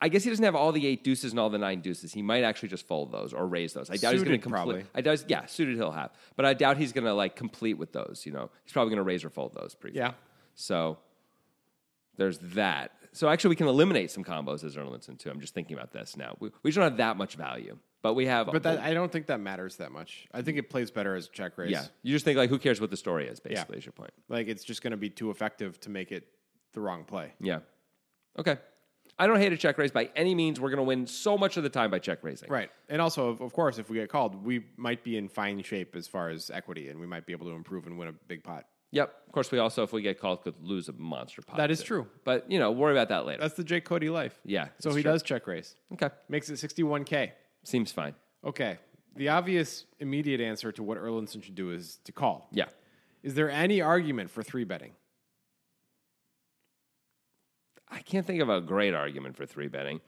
Speaker 1: I guess he doesn't have all the eight deuces and all the nine deuces. He might actually just fold those or raise those. I doubt he's going
Speaker 2: Suited,
Speaker 1: to complete.
Speaker 2: probably.
Speaker 1: I doubt, yeah, suited he'll have, but I doubt he's going to like complete with those. You know, he's probably going to raise or fold those. Pretty
Speaker 2: Yeah.
Speaker 1: So there's that. So actually, we can eliminate some combos as Erlinson too. I'm just thinking about this now. We, we don't have that much value, but we have.
Speaker 2: But that I don't think that matters that much. I think it plays better as a check raise.
Speaker 1: yeah, you just think like, who cares what the story is? Basically, is your point.
Speaker 2: Like it's just going to be too effective to make it the wrong play.
Speaker 1: Yeah. Okay. I don't hate a check raise by any means. We're going to win so much of the time by check raising.
Speaker 2: Right. And also, of, of course, if we get called, we might be in fine shape as far as equity, and we might be able to improve and win a big pot.
Speaker 1: Yep. Of course, we also, if we get called, could lose a monster pot.
Speaker 2: That is
Speaker 1: too.
Speaker 2: true.
Speaker 1: But you know, worry about that later.
Speaker 2: That's the Jake Cody life.
Speaker 1: Yeah,
Speaker 2: So
Speaker 1: it's
Speaker 2: he
Speaker 1: true.
Speaker 2: does check raise.
Speaker 1: okay.
Speaker 2: Makes it 61K.
Speaker 1: Seems fine.
Speaker 2: Okay. The obvious immediate answer to what Erlinson should do is to call.
Speaker 1: Yeah.
Speaker 2: Is there any argument for three betting?
Speaker 1: I can't think of a great argument for three betting.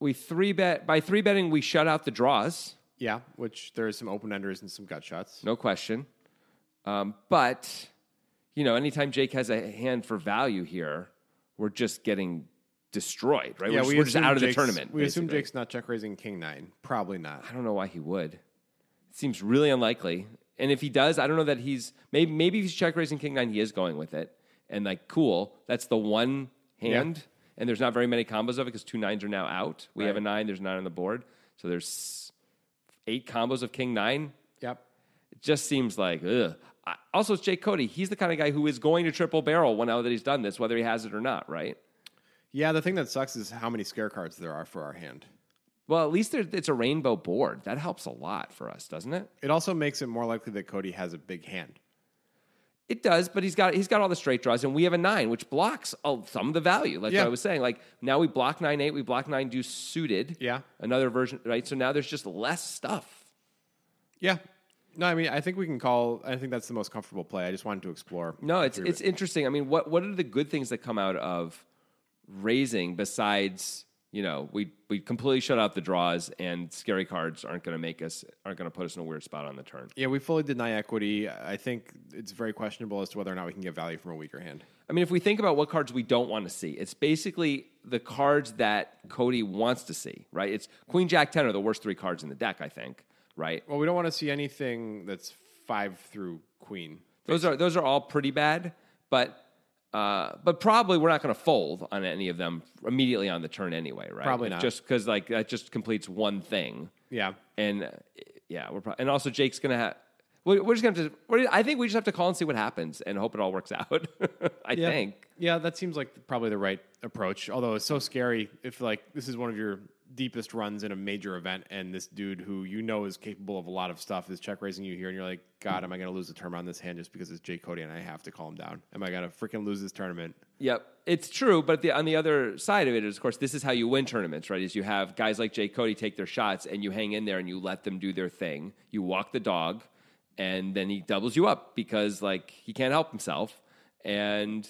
Speaker 1: We three bet by three betting we shut out the draws.
Speaker 2: Yeah, which there is some open enders and some gut shots.
Speaker 1: no question. Um, but you know, anytime Jake has a hand for value here, we're just getting destroyed, right? we're
Speaker 2: Yeah,
Speaker 1: just,
Speaker 2: we
Speaker 1: we're just
Speaker 2: assume
Speaker 1: out of the
Speaker 2: Jake's-
Speaker 1: tournament.
Speaker 2: We assume
Speaker 1: basically.
Speaker 2: Jake's not check raising King Nine. Probably not.
Speaker 1: I don't know why he would. It seems really unlikely. And if he does, I don't know that he's maybe maybe if he's check raising King Nine, he is going with it. And like, cool. That's the one hand. And there's not very many combos of it because two nines are now out. We have a
Speaker 2: Right.
Speaker 1: nine, there's nine on the board. So there's eight combos of King Nine.
Speaker 2: Yep.
Speaker 1: It just seems like ugh. I- Also, it's Jake Cody. He's the kind of guy who is going to triple barrel when now that he's done this, whether he has it or not, right?
Speaker 2: Yeah, the thing that sucks is how many scare cards there are for our hand.
Speaker 1: Well, at least there, it's a rainbow board. That helps a lot for us, doesn't it?
Speaker 2: It also makes it more likely that Cody has a big hand.
Speaker 1: It does, but he's got he's got all the straight draws, and we have a nine, which blocks all, some of the value. Like
Speaker 2: Yeah.
Speaker 1: I was saying, like now we block nine eight, we block nine deuce suited.
Speaker 2: Yeah.
Speaker 1: another version, right? So now there's just less stuff.
Speaker 2: Yeah. No, I mean, I think we can call. I think that's the most comfortable play. I just wanted to explore.
Speaker 1: No, it's it's interesting. I mean, what what are the good things that come out of raising besides you know we we completely shut out the draws and scary cards aren't going to make us aren't going to put us in a weird spot on the turn.
Speaker 2: Yeah, we fully deny equity. I think it's very questionable as to whether or not we can get value from a weaker hand.
Speaker 1: I mean, if we think about what cards we don't want to see, it's basically the cards that Cody wants to see, right? It's Queen Jack Ten are the worst three cards in the deck, I think, right?
Speaker 2: Well, we don't want to see anything that's five through queen.
Speaker 1: Those are those are all pretty bad, but uh, but probably we're not going to fold on any of them immediately on the turn anyway, right?
Speaker 2: Probably not.
Speaker 1: Just because like that just completes one thing,
Speaker 2: Yeah.
Speaker 1: and uh, yeah, we're pro- and also Jake's going to have. We're we're just going to. We're, I think we just have to call and see what happens and hope it all works [laughs] out. I think.
Speaker 2: Yeah, that seems like probably the right approach. Although it's so scary if like this is one of your deepest runs in a major event and this dude who you know is capable of a lot of stuff is check raising you here and you're like, God, am I gonna lose the term on this hand just because it's Jay Cody and I have to calm down? Am I gonna freaking lose this tournament?
Speaker 1: Yep, it's true. But the, on the other side of it is, of course, this is how you win tournaments, right? Is you have guys like Jay Cody take their shots, and you hang in there, and you let them do their thing. You walk the dog, and then he doubles you up because like he can't help himself, and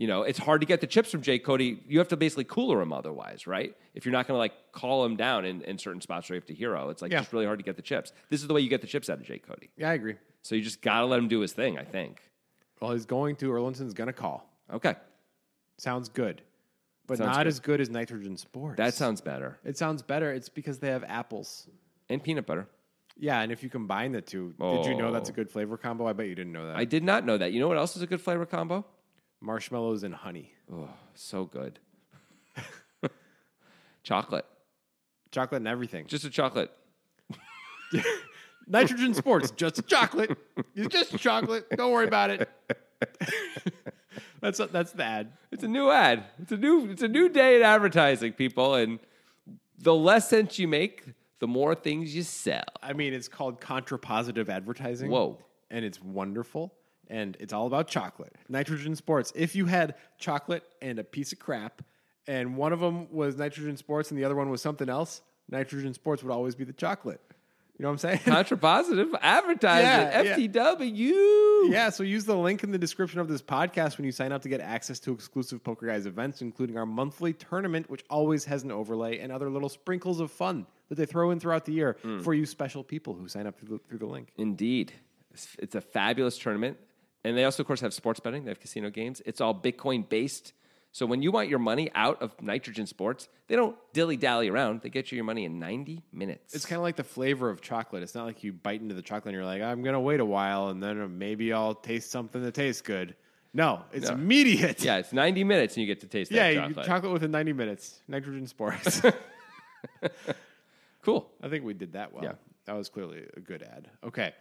Speaker 1: You know, it's hard to get the chips from Jake Cody. You have to basically cooler him otherwise, right? If you're not going to like call him down in, in certain spots where you have to hero, it's like
Speaker 2: Yeah.
Speaker 1: it's really hard to get the chips. This is the way you get the chips out of Jake Cody.
Speaker 2: Yeah, I agree.
Speaker 1: So you just got to let him do his thing, I think.
Speaker 2: Well, he's going to, Erlinson's going to call.
Speaker 1: Okay.
Speaker 2: Sounds good, but
Speaker 1: Sounds
Speaker 2: not
Speaker 1: good.
Speaker 2: as good as Nitrogen Sports.
Speaker 1: That sounds better.
Speaker 2: It sounds better. It's because they have apples.
Speaker 1: And peanut butter.
Speaker 2: Yeah, and if you combine the two, did you know that's a
Speaker 1: Oh.
Speaker 2: good flavor combo? I bet you didn't know that.
Speaker 1: I did not know that. You know what else is a good flavor combo?
Speaker 2: Marshmallows and honey,
Speaker 1: Oh, so good. [laughs] chocolate.
Speaker 2: chocolate and everything.
Speaker 1: Just a chocolate.
Speaker 2: Nitrogen Sports,
Speaker 1: [laughs]
Speaker 2: just chocolate. It's just chocolate. Don't worry about it. that's that's the ad.
Speaker 1: It's a new ad. It's a new it's a new day in advertising, people. And the less sense you make, the more things you
Speaker 2: [laughs]
Speaker 1: sell.
Speaker 2: I mean, it's called contrapositive advertising.
Speaker 1: Whoa.
Speaker 2: And it's wonderful. And it's all about chocolate. Nitrogen Sports. If you had chocolate and a piece of crap, and one of them was Nitrogen Sports and the other one was something else, Nitrogen Sports would always be the chocolate. You know what I'm saying?
Speaker 1: Contrapositive advertising.
Speaker 2: Yeah, yeah.
Speaker 1: FTW.
Speaker 2: [laughs] yeah, so use the link in the description of this podcast when you sign up to get access to exclusive Poker Guys events, including our monthly tournament, which always has an overlay and other little sprinkles of fun that they throw in throughout the year for you special people who sign up through the, through the link.
Speaker 1: Indeed. It's, it's a fabulous tournament. And they also, of course, have sports betting, they have casino games. It's all Bitcoin based. So when you want your money out of nitrogen sports, they don't dilly dally around. They get you your money in 90 minutes.
Speaker 2: It's kind of like the flavor of chocolate. It's not like you bite into the chocolate and you're like, I'm going to wait a while and then maybe I'll taste something that tastes good. No, it's immediate.
Speaker 1: yeah, it's 90 minutes and you get to taste
Speaker 2: [laughs] Yeah,
Speaker 1: that
Speaker 2: you-
Speaker 1: chocolate.
Speaker 2: chocolate. within 90 minutes.
Speaker 1: [laughs]
Speaker 2: Nitrogen sports.
Speaker 1: cool.
Speaker 2: I think we did that well.
Speaker 1: Yeah.
Speaker 2: That was clearly a good ad. Okay.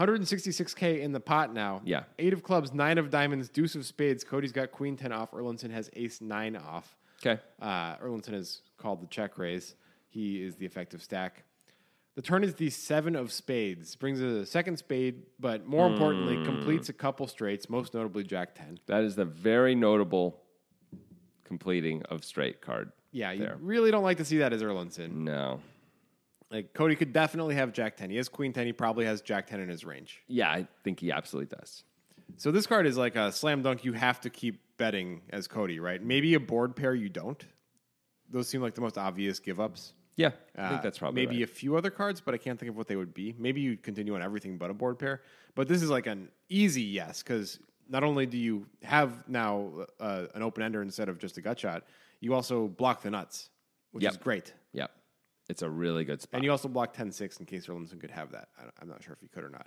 Speaker 2: 166K in the pot now.
Speaker 1: Yeah.
Speaker 2: Eight of clubs, nine of diamonds, deuce of spades. Cody's got queen 10 off. Erlinson has ace nine off.
Speaker 1: Okay.
Speaker 2: Uh, Erlinson is called the check raise. He is the effective stack. The turn is the seven of spades, brings us a second spade, but more importantly, completes a couple straights, most notably Jack 10.
Speaker 1: That is the very notable completing of straight card.
Speaker 2: Yeah, you
Speaker 1: There.
Speaker 2: really don't like to see that as Erlinson.
Speaker 1: No.
Speaker 2: Like, Cody could definitely have Jack 10. He has Queen 10. He probably has Jack 10 in his range.
Speaker 1: Yeah, I think he absolutely does.
Speaker 2: So this card is like a slam dunk. You have to keep betting as Cody, right? Maybe a board pair you don't. Those seem like the most obvious give ups.
Speaker 1: Yeah, I think that's probably
Speaker 2: Uh, maybe
Speaker 1: right.
Speaker 2: a few other cards, but I can't think of what they would be. Maybe you continue on everything but a board pair. But this is like an easy yes because not only do you have now uh, an open ender instead of just a gut shot, you also block the nuts, which
Speaker 1: Yep. Uh,
Speaker 2: is great.
Speaker 1: yeah, it's a really good spot.
Speaker 2: And you also block 10-6 in case Erlinson could have that. I- I'm not sure if he could or not.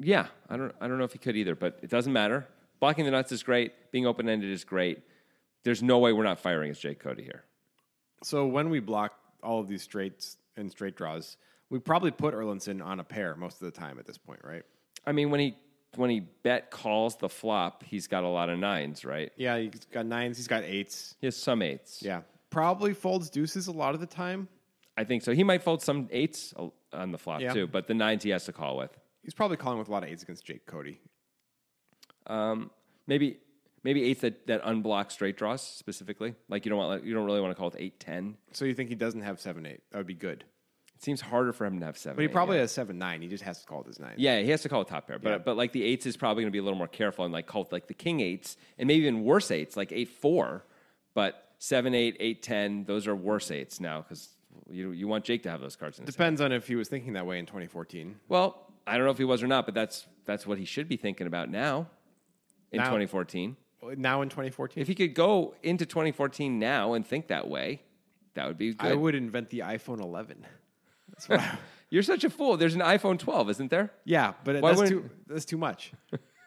Speaker 1: Yeah, I don't I don't know if he could either, but it doesn't matter. Blocking the nuts is great. Being open ended is great. There's no way we're not firing as Jake Cody here.
Speaker 2: So when we block all of these straights and straight draws, we probably put Erlinson on a pair most of the time at this point, right?
Speaker 1: I mean, when he when he bet calls the flop, he's got a lot of nines, right?
Speaker 2: Yeah, he's got nines, he's got eights.
Speaker 1: He has some eights.
Speaker 2: Yeah. Probably folds deuces a lot of the time.
Speaker 1: I think so. He might fold some eights uh, on the flop
Speaker 2: Yeah.
Speaker 1: too, but the nines he has to call with.
Speaker 2: He's probably calling with a lot of eights against Jake Cody.
Speaker 1: Um, maybe maybe eights that, that unblock straight draws specifically. Like you don't want you don't really want to call it eight ten.
Speaker 2: So you think he doesn't have seven eight. That would be good.
Speaker 1: It seems harder for him to have seven.
Speaker 2: But he
Speaker 1: eight,
Speaker 2: probably
Speaker 1: yeah.
Speaker 2: has seven nine. He just has to call with his nine.
Speaker 1: Yeah, he has to call a top pair, but
Speaker 2: Yeah.
Speaker 1: but like the eights is probably going to be a little more careful and like call it, like the king eights and maybe even worse eights like eight four, but seven eight eight ten those are worse eights now because you you want Jake to have those cards. In his hand.
Speaker 2: Depends on if he was thinking that way in 2014.
Speaker 1: Well, I don't know if he was or not, but that's that's what he should be thinking about now in
Speaker 2: Now.
Speaker 1: 2014.
Speaker 2: Now in 2014,
Speaker 1: If he could go into 2014 now and think that way, that would be good.
Speaker 2: I would invent the iPhone 11.
Speaker 1: [laughs]
Speaker 2: That's what I,
Speaker 1: You're such a fool. There's an iPhone 12, isn't there?
Speaker 2: yeah, but
Speaker 1: Why
Speaker 2: that's too,
Speaker 1: wouldn't-
Speaker 2: that's too much.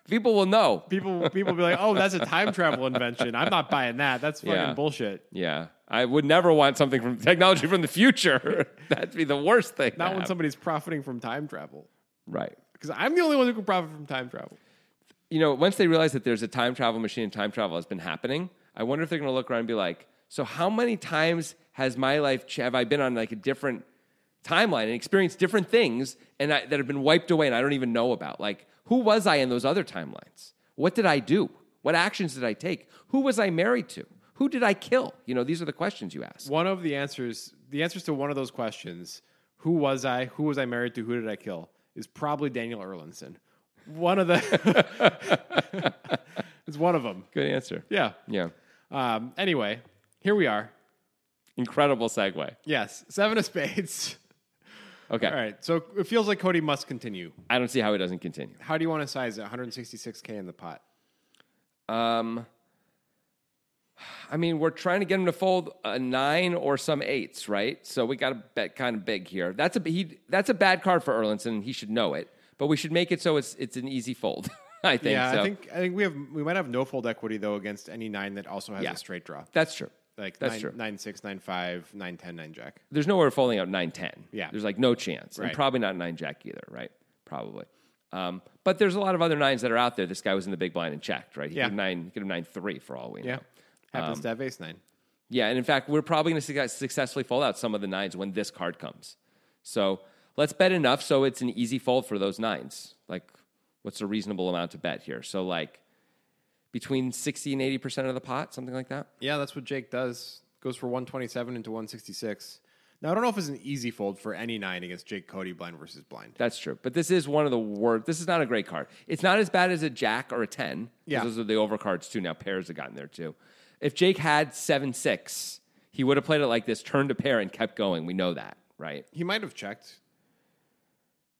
Speaker 1: People will know.
Speaker 2: people people be like, "Oh, that's a time travel invention. I'm not buying that. That's fucking
Speaker 1: Yeah.
Speaker 2: bullshit."
Speaker 1: Yeah, I would never want something from technology from the future. [laughs] That'd be the worst thing.
Speaker 2: Not
Speaker 1: to
Speaker 2: when
Speaker 1: have.
Speaker 2: somebody's profiting from time travel.
Speaker 1: right.
Speaker 2: Because I'm the only one who can profit from time travel.
Speaker 1: You know, once they realize that there's a time travel machine and time travel has been happening, I wonder if they're going to look around and be like, "So how many times has my life ch- have I been on like a different timeline and experienced different things and I, that have been wiped away and I don't even know about? Like, who was I in those other timelines? What did I do? What actions did I take? Who was I married to? Who did I kill? You know, these are the questions you ask.
Speaker 2: One of the answers, the answers to one of those questions, who was I? Who was I married to? Who did I kill? Is probably Daniel Erlinson. One of the [laughs] It's one of them.
Speaker 1: Good answer.
Speaker 2: Yeah.
Speaker 1: Yeah.
Speaker 2: Um, anyway, here we are.
Speaker 1: Incredible segue.
Speaker 2: Yes, seven of spades. [laughs]
Speaker 1: Okay.
Speaker 2: All right, so it feels like Cody must continue.
Speaker 1: I don't see how he doesn't continue.
Speaker 2: How do you want to size it? 166k in the pot.
Speaker 1: Um, I mean, we're trying to get him to fold a nine or some eights, right? So we got to bet kind of big here. That's a he. That's a bad card for Erlinson. He should know it, but we should make it so it's it's an easy fold. [laughs] I think.
Speaker 2: yeah,
Speaker 1: so.
Speaker 2: I think I think we have we might have no fold equity though against any nine that also has
Speaker 1: Yeah.
Speaker 2: a straight draw.
Speaker 1: that's true.
Speaker 2: Like
Speaker 1: that's
Speaker 2: nine,
Speaker 1: true.
Speaker 2: nine six, nine five, nine ten, nine jack.
Speaker 1: There's nowhere folding out nine ten.
Speaker 2: Yeah.
Speaker 1: There's like no chance, and
Speaker 2: Right.
Speaker 1: probably not nine jack either, right? Probably. Um, but there's a lot of other nines that are out there. This guy was in the big blind and checked, right? He
Speaker 2: Yeah.
Speaker 1: could have nine. He could have nine three for all we know.
Speaker 2: Yeah, happens
Speaker 1: Um,
Speaker 2: to have ace nine.
Speaker 1: Yeah, and in fact, we're probably going to successfully fold out some of the nines when this card comes. So let's bet enough so it's an easy fold for those nines. Like, what's a reasonable amount to bet here? So like between sixty and eighty percent of the pot, something like that.
Speaker 2: Yeah, that's what Jake does. Goes for 127 into 166. Now I don't know if it's an easy fold for any nine against Jake Cody blind versus blind.
Speaker 1: That's true. But this is one of the worst. This is not a great card. It's not as bad as a jack or a 10. 'cause
Speaker 2: Yeah.
Speaker 1: Those are the overcards too. Now pairs have gotten there too. If Jake had 7 6, he would have played it like this, turned a pair and kept going. We know that, right?
Speaker 2: He might have checked.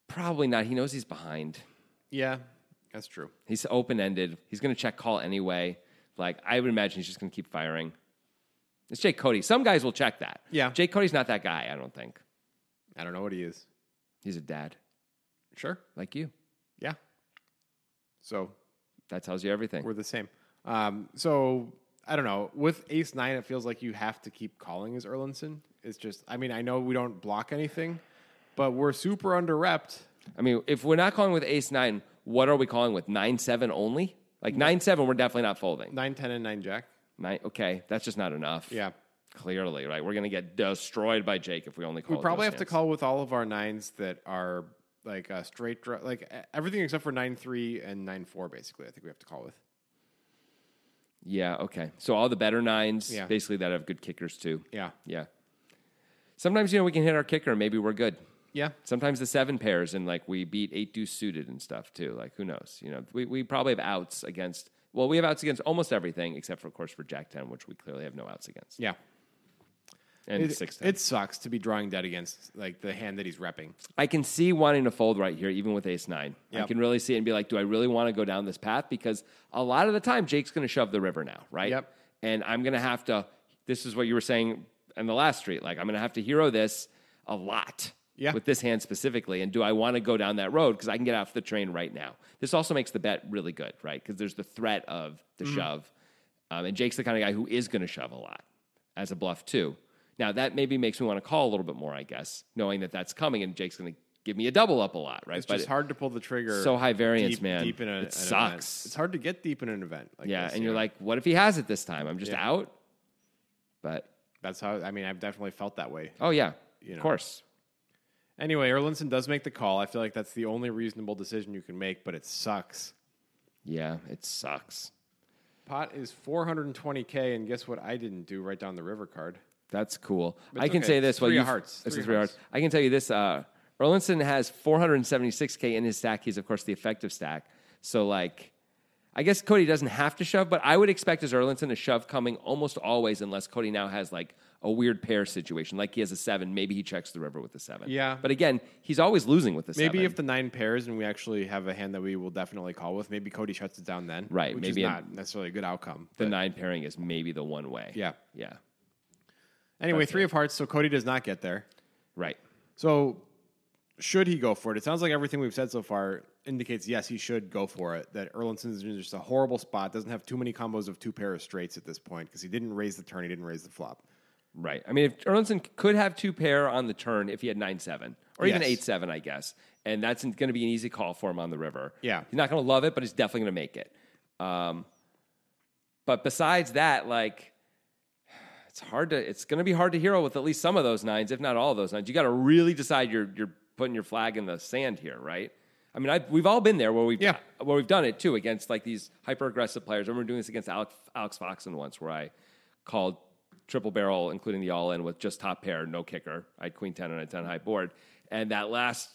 Speaker 1: Probably not. He knows he's behind.
Speaker 2: Yeah, that's true.
Speaker 1: He's open ended. He's going to check call anyway. Like, I would imagine he's just going to keep firing. It's Jake Cody. Some guys will check that.
Speaker 2: Yeah.
Speaker 1: Jake Cody's not that guy, I don't think.
Speaker 2: I don't know what he is.
Speaker 1: He's a dad
Speaker 2: Sure.
Speaker 1: like you.
Speaker 2: Yeah. So
Speaker 1: That tells you everything.
Speaker 2: we're the same. Um, so I don't know. With ace nine, it feels like you have to keep calling as Erlinson. It's just, I mean, I know we don't block anything, but we're super under repped.
Speaker 1: I mean, if we're not calling with ace nine, what are we calling with? Nine seven only? Like nine seven, we're definitely not folding.
Speaker 2: Nine, 10, and nine jack.
Speaker 1: Nine, okay, that's just not enough.
Speaker 2: Yeah.
Speaker 1: Clearly, right? We're gonna get destroyed by Jake if we only call.
Speaker 2: We
Speaker 1: with
Speaker 2: probably
Speaker 1: those
Speaker 2: have to
Speaker 1: hands.
Speaker 2: call with all of our nines that are like a straight draw, like e- everything except for nine, three, and nine, four, basically. I think we have to call with.
Speaker 1: Yeah, okay. So all the better nines,
Speaker 2: Yeah.
Speaker 1: basically that have good kickers too.
Speaker 2: Yeah.
Speaker 1: Yeah. Sometimes you know we can hit our kicker and maybe we're good.
Speaker 2: Yeah.
Speaker 1: Sometimes the seven pairs and like we beat eight deuce suited and stuff too. Like who knows? You know, we, we probably have outs against. Well, we have outs against almost everything except for of course for Jack ten, which we clearly have no outs against.
Speaker 2: Yeah.
Speaker 1: And
Speaker 2: It,
Speaker 1: six ten.
Speaker 2: it sucks to be drawing dead against like the hand that he's repping.
Speaker 1: I can see wanting to fold right here, even with ace nine. I
Speaker 2: Yep.
Speaker 1: can really see it and be like, do I really want to go down this path? Because a lot of the time, Jake's going to shove the river now, right?
Speaker 2: Yep.
Speaker 1: And I'm going to have to, this is what you were saying in the last street. Like, I'm going to have to hero this a lot
Speaker 2: Yeah.
Speaker 1: with this hand specifically. And do I want to go down that road? Because I can get off the train right now. This also makes the bet really good, right? Because there's the threat of the
Speaker 2: Mm-hmm.
Speaker 1: shove. Um, and Jake's the kind of guy who is going to shove a lot as a bluff, too. Now, that maybe makes me want to call a little bit more, I guess, knowing that that's coming and Jake's going to give me a double up a lot, right?
Speaker 2: It's just hard to pull the trigger.
Speaker 1: so high variance,
Speaker 2: deep,
Speaker 1: man.
Speaker 2: Deep in a,
Speaker 1: it
Speaker 2: an event.
Speaker 1: sucks.
Speaker 2: It's hard to get deep in an event. Like
Speaker 1: yeah,
Speaker 2: this,
Speaker 1: and
Speaker 2: you
Speaker 1: you're
Speaker 2: know?
Speaker 1: like, what if he has it this time? I'm just out. But
Speaker 2: that's how. I mean, I've definitely felt that way.
Speaker 1: oh yeah, of
Speaker 2: know.
Speaker 1: course.
Speaker 2: Anyway, Erlinson does make the call. I feel like that's the only reasonable decision you can make, but it sucks.
Speaker 1: Yeah, it sucks.
Speaker 2: Pot is 420k, and guess what? I didn't do right down the river card.
Speaker 1: That's cool. I
Speaker 2: it's
Speaker 1: can
Speaker 2: okay.
Speaker 1: say this.
Speaker 2: It's
Speaker 1: while
Speaker 2: three
Speaker 1: you
Speaker 2: of hearts.
Speaker 1: This
Speaker 2: Three
Speaker 1: is
Speaker 2: of
Speaker 1: three
Speaker 2: hearts.
Speaker 1: hearts. I can tell you this. Uh, Erlinson has 476k in his stack. He's of course the effective stack. So like, I guess Cody doesn't have to shove, but I would expect as Erlinson to shove coming almost always, unless Cody now has like a weird pair situation, like he has a seven. Maybe he checks the river with the seven.
Speaker 2: Yeah.
Speaker 1: But again, he's always losing with the seven.
Speaker 2: Maybe if the nine pairs and we actually have a hand that we will definitely call with, maybe Cody shuts it down then.
Speaker 1: Right,
Speaker 2: Which
Speaker 1: maybe a-
Speaker 2: is not necessarily a good outcome.
Speaker 1: the
Speaker 2: but-
Speaker 1: nine pairing is maybe the one way.
Speaker 2: yeah.
Speaker 1: Yeah.
Speaker 2: Anyway, three of hearts, so Cody does not get there.
Speaker 1: Right.
Speaker 2: So, should he go for it? It sounds like everything we've said so far indicates yes, he should go for it. That Erlinson is in just a horrible spot. Doesn't have too many combos of two pair of straights at this point because he didn't raise the turn, he didn't raise the flop.
Speaker 1: Right. I mean, if Erlinson could have two pair on the turn if he had nine seven or even
Speaker 2: Yes.
Speaker 1: eight seven, I guess, and that's going to be an easy call for him on the river.
Speaker 2: Yeah.
Speaker 1: he's not going to love it, but he's definitely going to make it. Um, but besides that, like, it's hard to. It's going to be hard to hero with at least some of those nines, if not all of those nines. You got to really decide you're you're putting your flag in the sand here, right? I mean, I, we've all been there where we've
Speaker 2: Yeah.
Speaker 1: where we've done it too against like these hyper aggressive players. I remember doing this against Alex, Alex Foxen once, where I called triple barrel, including the all in with just top pair, no kicker. I had queen ten and a ten high board, and that last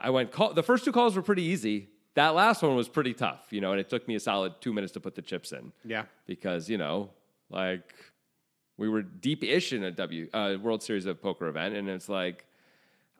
Speaker 1: I went call. The first two calls were pretty easy. That last one was pretty tough, you know, and it took me a solid two minutes to put the chips in
Speaker 2: Yeah.
Speaker 1: because you know, like we were deep-ish in a W uh, World Series of Poker event, and it's like,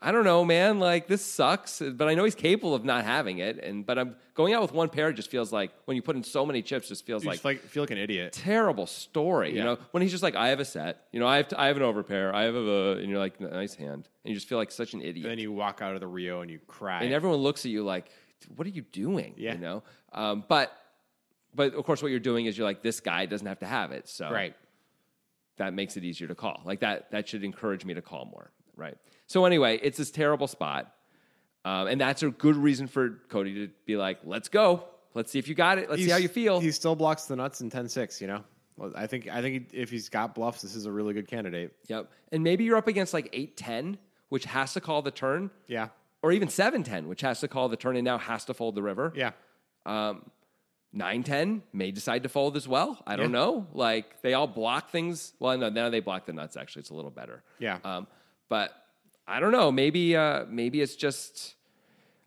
Speaker 1: I don't know, man. Like this sucks, but I know he's capable of not having it, and but I'm going out with one pair. Just feels like when you put in so many chips, just feels
Speaker 2: You
Speaker 1: like
Speaker 2: just like feel like an idiot.
Speaker 1: terrible story. You
Speaker 2: Yeah.
Speaker 1: know, when he's just like, I have a set, you know, I have to, I have an overpair, I have a, and you're like, nice hand, and you just feel like such an idiot
Speaker 2: Then you walk out of the Rio and you cry.
Speaker 1: and everyone looks at you like, "What are you doing?"
Speaker 2: Yeah.
Speaker 1: You know, um, but but of course, what you're doing is you're like, "This guy doesn't have to have it," so
Speaker 2: right.
Speaker 1: that makes it easier to call. Like that that should encourage me to call more, right? So anyway, it's this terrible spot, um, and that's a good reason for Cody to be like, "Let's go, let's see if you got it, let's see how you feel."
Speaker 2: He still blocks the nuts in 10-6, you know. Well, I think I think if he's got bluffs, this is a really good candidate.
Speaker 1: Yep, and maybe you're up against like eight ten, which has to call the turn,
Speaker 2: Yeah.
Speaker 1: or even seven ten, which has to call the turn and now has to fold the river.
Speaker 2: Yeah.
Speaker 1: Nine ten may decide to fold as well. I don't know. Like they all block things. Well, no, now they block the nuts. Actually, it's a little better.
Speaker 2: Yeah.
Speaker 1: Um, but I don't know. Maybe uh, maybe it's just.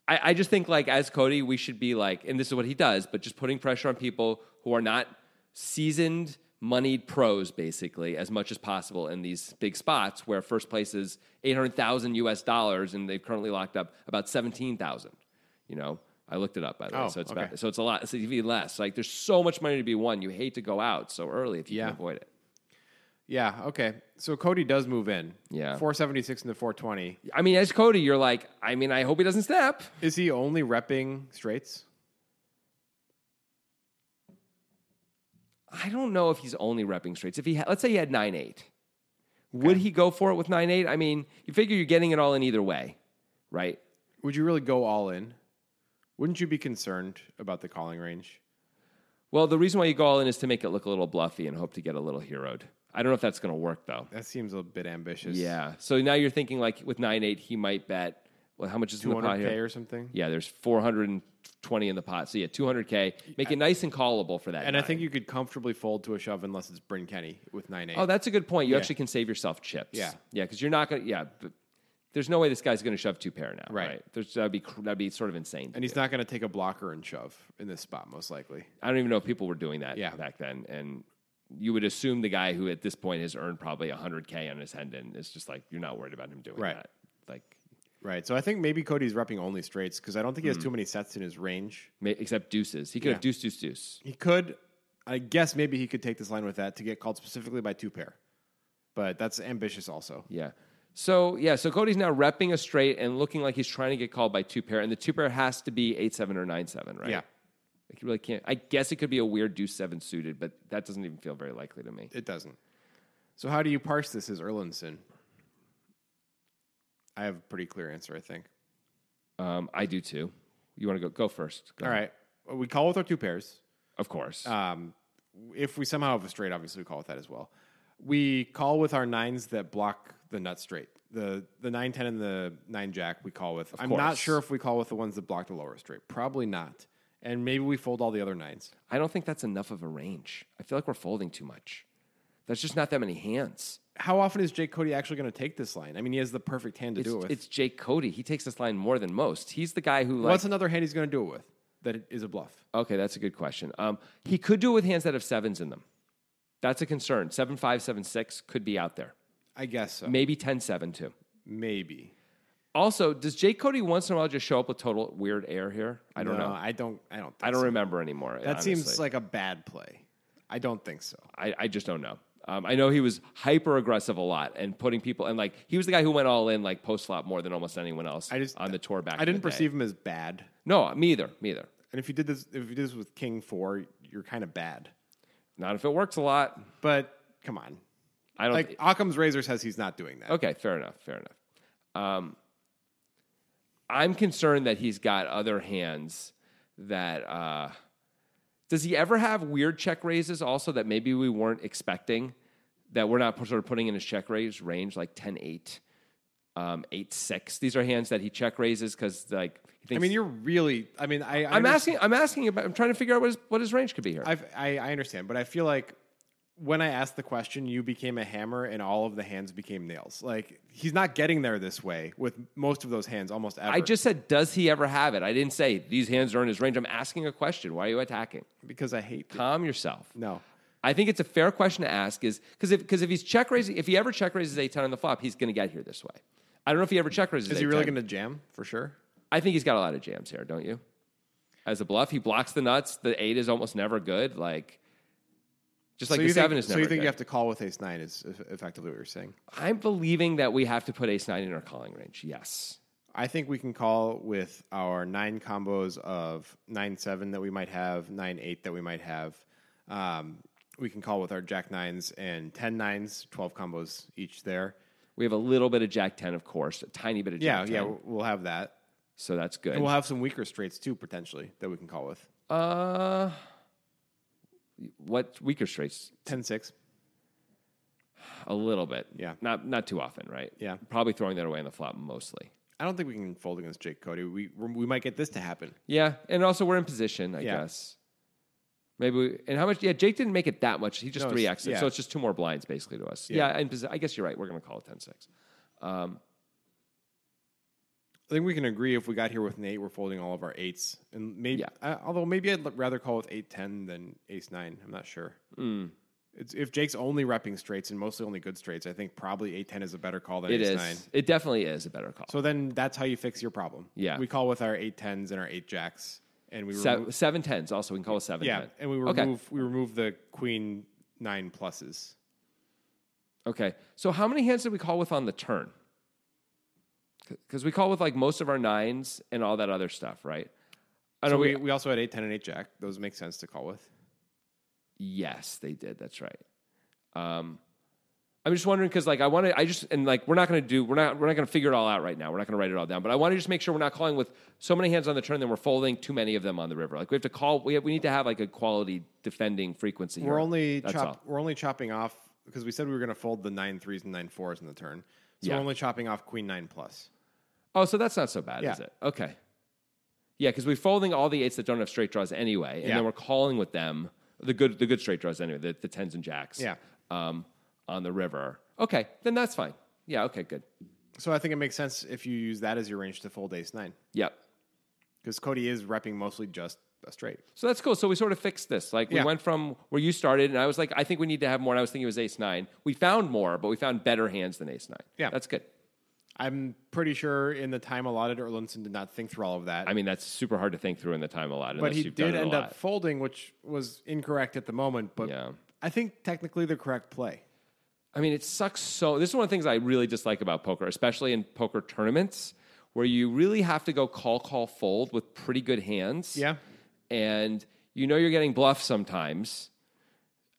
Speaker 1: I, I just think like as Cody, we should be like, and this is what he does, but just putting pressure on people who are not seasoned, moneyed pros, basically, as much as possible in these big spots where first place is eight hundred thousand U.S. dollars, and they've currently locked up about seventeen thousand. You know, I looked it up by the way,
Speaker 2: Oh,
Speaker 1: so it's
Speaker 2: okay.
Speaker 1: about so it's a lot. It's even less. Like there's so much money to be won. You hate to go out so early if you
Speaker 2: Yeah.
Speaker 1: can avoid it.
Speaker 2: Yeah, okay. So Cody does move in.
Speaker 1: Yeah.
Speaker 2: 476 into 420.
Speaker 1: I mean, as Cody, you're like, I mean, I hope he doesn't snap.
Speaker 2: Is he only repping straights?
Speaker 1: I don't know if he's only repping straights. If he ha- let's say he had nine eight, would he go for it with nine eight? I mean, you figure you're getting it all in either way, right?
Speaker 2: Would you really go all in? Wouldn't you be concerned about the calling range?
Speaker 1: Well, the reason why you go all in is to make it look a little bluffy and hope to get a little heroed. I don't know if that's going to work though.
Speaker 2: That seems a bit ambitious.
Speaker 1: Yeah. So now you're thinking like with nine eight, he might bet. Well, how much is in the pot
Speaker 2: 200K
Speaker 1: here?
Speaker 2: or something?
Speaker 1: Yeah, there's 420 in the pot. So yeah, 200k. Make it nice and callable for that.
Speaker 2: And I
Speaker 1: nine.
Speaker 2: think you could comfortably fold to a shove unless it's Bryn Kenny with 9 8.
Speaker 1: Oh, that's a good point. You actually can save yourself chips.
Speaker 2: Yeah.
Speaker 1: yeah, because you're not gonna. Yeah, but there's no way this guy's gonna shove two pair now.
Speaker 2: Right.
Speaker 1: Right. There's that'd be cr- that'd be sort of insane. to
Speaker 2: and he's
Speaker 1: do.
Speaker 2: not going to take a blocker and shove in this spot, most likely.
Speaker 1: I don't even know if people were doing that
Speaker 2: Yeah.
Speaker 1: back then, and you would assume the guy who at this point has earned probably 100k on his Hendon is just like you're not worried about him doing
Speaker 2: Right.
Speaker 1: that. Like,
Speaker 2: Right. So I think maybe Cody's repping only straights because I don't think he has too many sets in his range.
Speaker 1: ma- except deuces, he could
Speaker 2: Yeah.
Speaker 1: have deuce, deuce, deuce.
Speaker 2: He could, I guess maybe he could take this line with that to get called specifically by two pair. But that's ambitious also.
Speaker 1: Yeah. So yeah, so Cody's now repping a straight and looking like he's trying to get called by two pair, and the two pair has to be eight seven or nine seven, right?
Speaker 2: Yeah.
Speaker 1: Like, you really can't. I guess it could be a weird deuce seven suited, but that doesn't even feel very likely to me.
Speaker 2: It doesn't. So how do you parse this as Erlinson? I have a pretty clear answer, I think.
Speaker 1: Um, I do too. You want to go? Go first. Go
Speaker 2: All right. Well, We call with our two pairs.
Speaker 1: Of course.
Speaker 2: Um, if we somehow have a straight, obviously we call with that as well. We call with our nines that block the nut straight. The the nine ten and the nine jack we call with. I'm not
Speaker 1: course.
Speaker 2: sure if we call with the ones that block the lower straight. Probably not. And maybe we fold all the other nines.
Speaker 1: I don't think that's enough of a range. I feel like we're folding too much. That's just not that many hands.
Speaker 2: How often is Jake Cody actually going to take this line? I mean, he has the perfect hand to
Speaker 1: It's,
Speaker 2: do it with.
Speaker 1: it's Jake Cody. He takes this line more than most. He's the guy who like.
Speaker 2: What's another hand he's going to do it with that is a bluff?
Speaker 1: okay, that's a good question. Um, he could do it with hands that have sevens in them. That's a concern. Seven five seven six could be out there.
Speaker 2: I guess so.
Speaker 1: Maybe ten seven too.
Speaker 2: Maybe.
Speaker 1: Also, does Jake Cody once in a while just show up with total weird air here? I don't
Speaker 2: no,
Speaker 1: know.
Speaker 2: I don't. I don't. Think
Speaker 1: I don't
Speaker 2: so.
Speaker 1: remember anymore.
Speaker 2: That seems
Speaker 1: honestly.
Speaker 2: like a bad play. I don't think so.
Speaker 1: I, I just don't know. Um, I know he was hyper aggressive a lot and putting people and like he was the guy who went all in like post flop more than almost anyone else.
Speaker 2: I just-
Speaker 1: on the tour back.
Speaker 2: I
Speaker 1: in the
Speaker 2: didn't
Speaker 1: day.
Speaker 2: perceive him as bad.
Speaker 1: No, me either. Me either.
Speaker 2: And if you did this, if you did this with King Four, you're kind of bad.
Speaker 1: Not if it works a lot.
Speaker 2: But come on,
Speaker 1: I don't.
Speaker 2: like Occam's Razor says, he's not doing that.
Speaker 1: okay, fair enough. Fair enough. Um, I'm concerned that he's got other hands that. Uh, does he ever have weird check raises also that maybe we weren't expecting that we're not sort of putting in his check raise range like 10 8 um, 8 6 these are hands that he check raises because like he
Speaker 2: I
Speaker 1: thinks
Speaker 2: mean, you're really. I mean, I. I
Speaker 1: i'm
Speaker 2: understand-
Speaker 1: asking i'm asking about i'm trying to figure out what his, what his range could be here
Speaker 2: I've, I I understand, but I feel like when I asked the question, you became a hammer and all of the hands became nails. Like he's not getting there this way with most of those hands almost ever.
Speaker 1: I just said, does he ever have it? I didn't say these hands are in his range. I'm asking a question. Why are you attacking?
Speaker 2: because I hate the-
Speaker 1: Calm yourself.
Speaker 2: no.
Speaker 1: I think it's a fair question to ask is because if because if he's check raising if he ever check raises a ten on the flop, he's gonna get here this way. I don't know if he ever check raises.
Speaker 2: Is he really
Speaker 1: going
Speaker 2: going to jam for sure?
Speaker 1: I think he's got a lot of jams here, don't you? As a bluff, he blocks the nuts. The eight is almost never good. Like just like
Speaker 2: so
Speaker 1: the
Speaker 2: you think,
Speaker 1: seven is
Speaker 2: so
Speaker 1: never
Speaker 2: you think
Speaker 1: good.
Speaker 2: you have to call with ace nine is eff- effectively what you're saying.
Speaker 1: I'm believing that we have to put ace nine in our calling range. Yes.
Speaker 2: I think we can call with our nine combos of nine seven that we might have, nine eight that we might have. Um, we can call with our jack nines and ten nines, twelve combos each there.
Speaker 1: We have a little bit of jack ten, of course, a tiny bit of jack
Speaker 2: Yeah,
Speaker 1: 10.
Speaker 2: yeah, we'll- we'll have that.
Speaker 1: So that's good.
Speaker 2: And we'll have some weaker straights too potentially that we can call with
Speaker 1: uh what weaker straights?
Speaker 2: 10-6
Speaker 1: A little bit.
Speaker 2: Yeah.
Speaker 1: Not not too often, right?
Speaker 2: Yeah.
Speaker 1: Probably throwing that away on the flop mostly.
Speaker 2: i don't think we can fold against jake cody we, we might get this to happen
Speaker 1: Yeah, and also we're in position, I
Speaker 2: Yeah.
Speaker 1: guess. Maybe we, and how much? Yeah, Jake didn't make it that much. He just
Speaker 2: No,
Speaker 1: three
Speaker 2: it's-
Speaker 1: X, it,
Speaker 2: yeah.
Speaker 1: so it's just two more blinds basically to us. Yeah,
Speaker 2: Yeah.
Speaker 1: and posi- I guess you're right. We're going to call it 10-6. Um,
Speaker 2: i think we can agree if we got here with an 8 we're folding all of our 8s and maybe
Speaker 1: Yeah.
Speaker 2: I, although maybe i'd l- rather call with 8-10 than ace 9 i'm not sure
Speaker 1: Hmm.
Speaker 2: it's, if jake's only repping straights and mostly only good straights i think probably 8-10 is a better call than
Speaker 1: it
Speaker 2: ace
Speaker 1: is.
Speaker 2: 9
Speaker 1: It definitely is a better call.
Speaker 2: so then that's how you fix your problem
Speaker 1: Yeah.
Speaker 2: we call with our 8-10s and our 8 jacks and we
Speaker 1: Se-
Speaker 2: remove,
Speaker 1: seven tens also. We can call it seven.
Speaker 2: yeah
Speaker 1: 10.
Speaker 2: and we remove
Speaker 1: Okay.
Speaker 2: we remove the queen 9 pluses
Speaker 1: Okay. So how many hands did we call with on the turn? Because we call with like most of our nines and all that other stuff, right? I
Speaker 2: So
Speaker 1: know
Speaker 2: we, we also had 8, 10, and 8 jack. Those make sense to call with.
Speaker 1: Yes, they did. That's right. Um, I'm just wondering because like I want to, I just and like we're not going to do, we're not, we're not going to figure it all out right now. We're not going to write it all down, but I want to just make sure we're not calling with so many hands on the turn that we're folding too many of them on the river. Like we have to call, we have, we need to have like a quality defending frequency.
Speaker 2: We're
Speaker 1: here.
Speaker 2: only
Speaker 1: That's
Speaker 2: chop,
Speaker 1: all.
Speaker 2: we're only chopping off because we said we were going to fold the 9 threes and 9 fours in the turn. So
Speaker 1: Yeah.
Speaker 2: we're only chopping off queen 9 plus.
Speaker 1: Oh, so that's not so bad, is
Speaker 2: Yeah.
Speaker 1: it? Okay. Yeah, because we're folding all the eights that don't have straight draws anyway, and
Speaker 2: Yeah.
Speaker 1: then we're calling with them the good the good straight draws anyway, the, the tens and jacks.
Speaker 2: Yeah.
Speaker 1: Um, on the river. Okay, then that's fine. Yeah. Okay. Good.
Speaker 2: So I think it makes sense if you use that as your range to fold ace 9
Speaker 1: Yep.
Speaker 2: because Cody is repping mostly just a straight.
Speaker 1: So that's cool. So we sort of fixed this. Like we
Speaker 2: Yeah.
Speaker 1: went from where you started, and I was like, I think we need to have more. And I was thinking it was ace nine. We found more, but we found better hands than ace nine.
Speaker 2: Yeah.
Speaker 1: That's good.
Speaker 2: I'm pretty sure in the time allotted, Erlinson did not think through all of that.
Speaker 1: I mean, that's super hard to think through in the time allotted.
Speaker 2: but
Speaker 1: unless
Speaker 2: he
Speaker 1: you've done
Speaker 2: did
Speaker 1: it a
Speaker 2: end
Speaker 1: lot.
Speaker 2: up folding, which was incorrect at the moment. But
Speaker 1: Yeah.
Speaker 2: I think technically the correct play.
Speaker 1: I mean, it sucks so. This is one of the things I really dislike about poker, especially in poker tournaments, where you really have to go call, call, fold with pretty good hands.
Speaker 2: Yeah.
Speaker 1: And you know you're getting bluffed sometimes,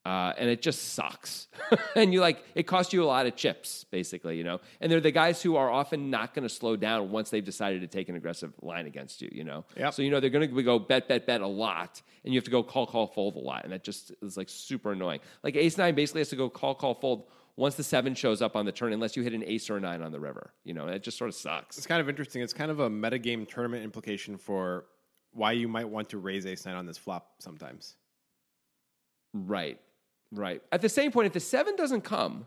Speaker 1: uh, and it just sucks. [laughs] and you like, it costs you a lot of chips, basically, you know? And they're the guys who are often not going to slow down once they've decided to take an aggressive line against you, you know?
Speaker 2: Yep.
Speaker 1: So, you know, they're going to go bet, bet, bet a lot, and you have to go call, call, fold a lot. And that just is like super annoying. Like ace nine basically has to go call, call, fold once the seven shows up on the turn, unless you hit an ace or a nine on the river, you know? And it just sort of sucks.
Speaker 2: It's kind of interesting. It's kind of a metagame tournament implication for why you might want to raise ace nine on this flop sometimes.
Speaker 1: Right. Right. At the same point, if the seven doesn't come,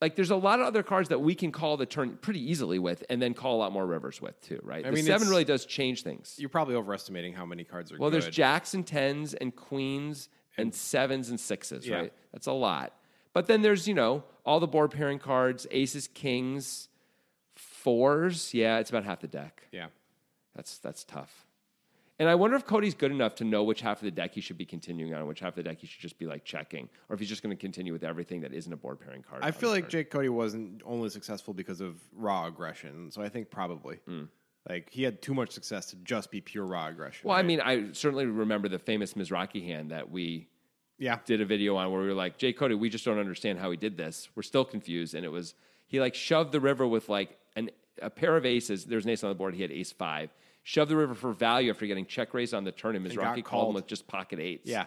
Speaker 1: like there's a lot of other cards that we can call the turn pretty easily with and then call a lot more rivers with too, right? the
Speaker 2: mean,
Speaker 1: seven
Speaker 2: it's-
Speaker 1: really does change things.
Speaker 2: You're probably overestimating how many cards are
Speaker 1: Well,
Speaker 2: good.
Speaker 1: there's jacks and tens and queens and sevens and sixes,
Speaker 2: Yeah.
Speaker 1: right? That's a lot. But then there's, you know, all the board pairing cards, aces, kings, fours. Yeah, it's about half the deck.
Speaker 2: yeah.
Speaker 1: That's that's tough. And I wonder if Cody's good enough to know which half of the deck he should be continuing on, and which half of the deck he should just be like checking, or if he's just going to continue with everything that isn't a board pairing card.
Speaker 2: I
Speaker 1: on
Speaker 2: feel
Speaker 1: the
Speaker 2: like
Speaker 1: turn.
Speaker 2: Jake Cody wasn't only successful because of raw aggression. So I think probably.
Speaker 1: Hmm.
Speaker 2: Like he had too much success to just be pure raw aggression.
Speaker 1: Well, I
Speaker 2: right?
Speaker 1: mean, I certainly remember the famous Mizraki hand that we
Speaker 2: yeah.
Speaker 1: did a video on where we were like, Jake Cody, we just don't understand how he did this. We're still confused. And it was he like shoved the river with like an a pair of aces. There's an ace on the board. He had ace five. Shoved the river for value after getting check raised on the turn, and
Speaker 2: got
Speaker 1: Mizraki called him
Speaker 2: called.
Speaker 1: with just pocket eights.
Speaker 2: Yeah.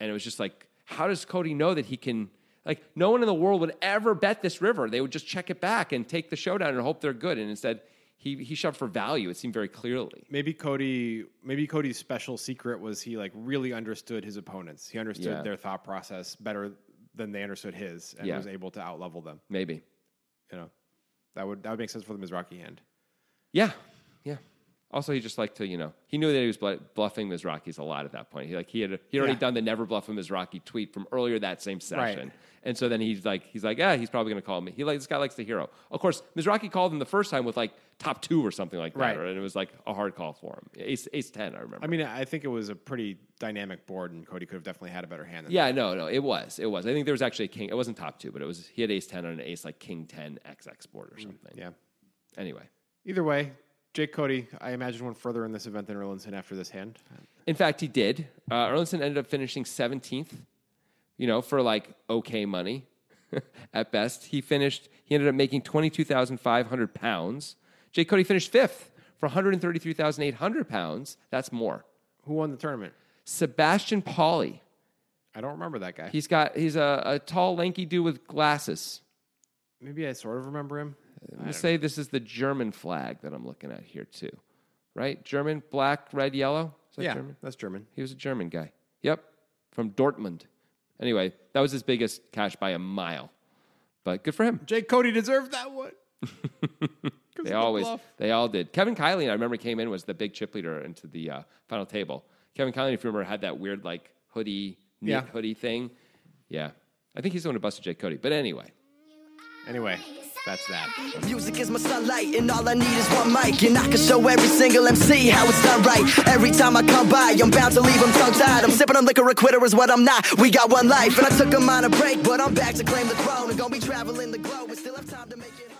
Speaker 1: And it was just like, how does Cody know that he can? Like, no one in the world would ever bet this river. They would just check it back and take the showdown and hope they're good. And instead, He he shoved for value. It seemed very clearly.
Speaker 2: Maybe Cody, maybe Cody's special secret was he like really understood his opponents. He understood
Speaker 1: Yeah.
Speaker 2: their thought process better than they understood his, and
Speaker 1: Yeah.
Speaker 2: was able to outlevel them.
Speaker 1: Maybe.
Speaker 2: You know, that would that would make sense for the Mizraki hand.
Speaker 1: Yeah, yeah. Also, he just liked to, you know, he knew that he was blu- bluffing Mizraki's a lot at that point. He like he had he already
Speaker 2: Yeah.
Speaker 1: done the never bluff a Mizraki tweet from earlier that same
Speaker 2: Right.
Speaker 1: session, and so then he's like he's like yeah he's probably going to call me. He like this guy likes the hero. Of course, Mizraki called him the first time with like top two or something like that,
Speaker 2: Right.
Speaker 1: or- and it was like a hard call for him. Ace ace ten, I remember.
Speaker 2: I mean, I think it was a pretty dynamic board, and Cody could have definitely had a better hand. Than
Speaker 1: yeah, no, no, it was, it was. I think there was actually a king. It wasn't top two, but it was he had ace ten on an ace like king ten XX board or something.
Speaker 2: that. Mm, yeah.
Speaker 1: Anyway,
Speaker 2: Either way, Jake Cody, I imagine went further in this event than Erlinson after this hand.
Speaker 1: In fact, he did. Uh, Erlinson ended up finishing 17th, you know, for like okay money [laughs] at best. He finished, he ended up making 22,500 pounds. Jay Cody finished fifth for 133,800 pounds. That's more.
Speaker 2: Who won the tournament?
Speaker 1: Sebastian Pauli.
Speaker 2: I don't remember that guy.
Speaker 1: He's got, he's a, a tall, lanky dude with glasses.
Speaker 2: Maybe I sort of remember him.
Speaker 1: I'm going to say this is the German flag that I'm looking at here, too. Right? German, black, red, yellow. Is that
Speaker 2: yeah,
Speaker 1: German?
Speaker 2: that's German.
Speaker 1: He was a German guy. Yep, from Dortmund. Anyway, that was his biggest cash by a mile. But good for him.
Speaker 2: Jake Cody deserved that one.
Speaker 1: They always,
Speaker 2: bluff.
Speaker 1: they all did. Kevin Kiley, I remember, came in was the big chip leader into the uh, final table. Kevin Kiley, if you remember, had that weird like hoodie, knit
Speaker 2: Yeah.
Speaker 1: hoodie thing. Yeah, I think he's the one who busted Jake Cody. But anyway,
Speaker 2: Anyway, that's that.
Speaker 3: Music is my sunlight, and all I need is one mic. And I can show every single MC how it's done right. Every time I come by, I'm bound to leave them tongue tied. I'm sipping on liquor, a quitter is what I'm not. We got one life, and I took a minor break, but I'm back to claim the throne. And gonna be traveling the globe, and still have time to make it home.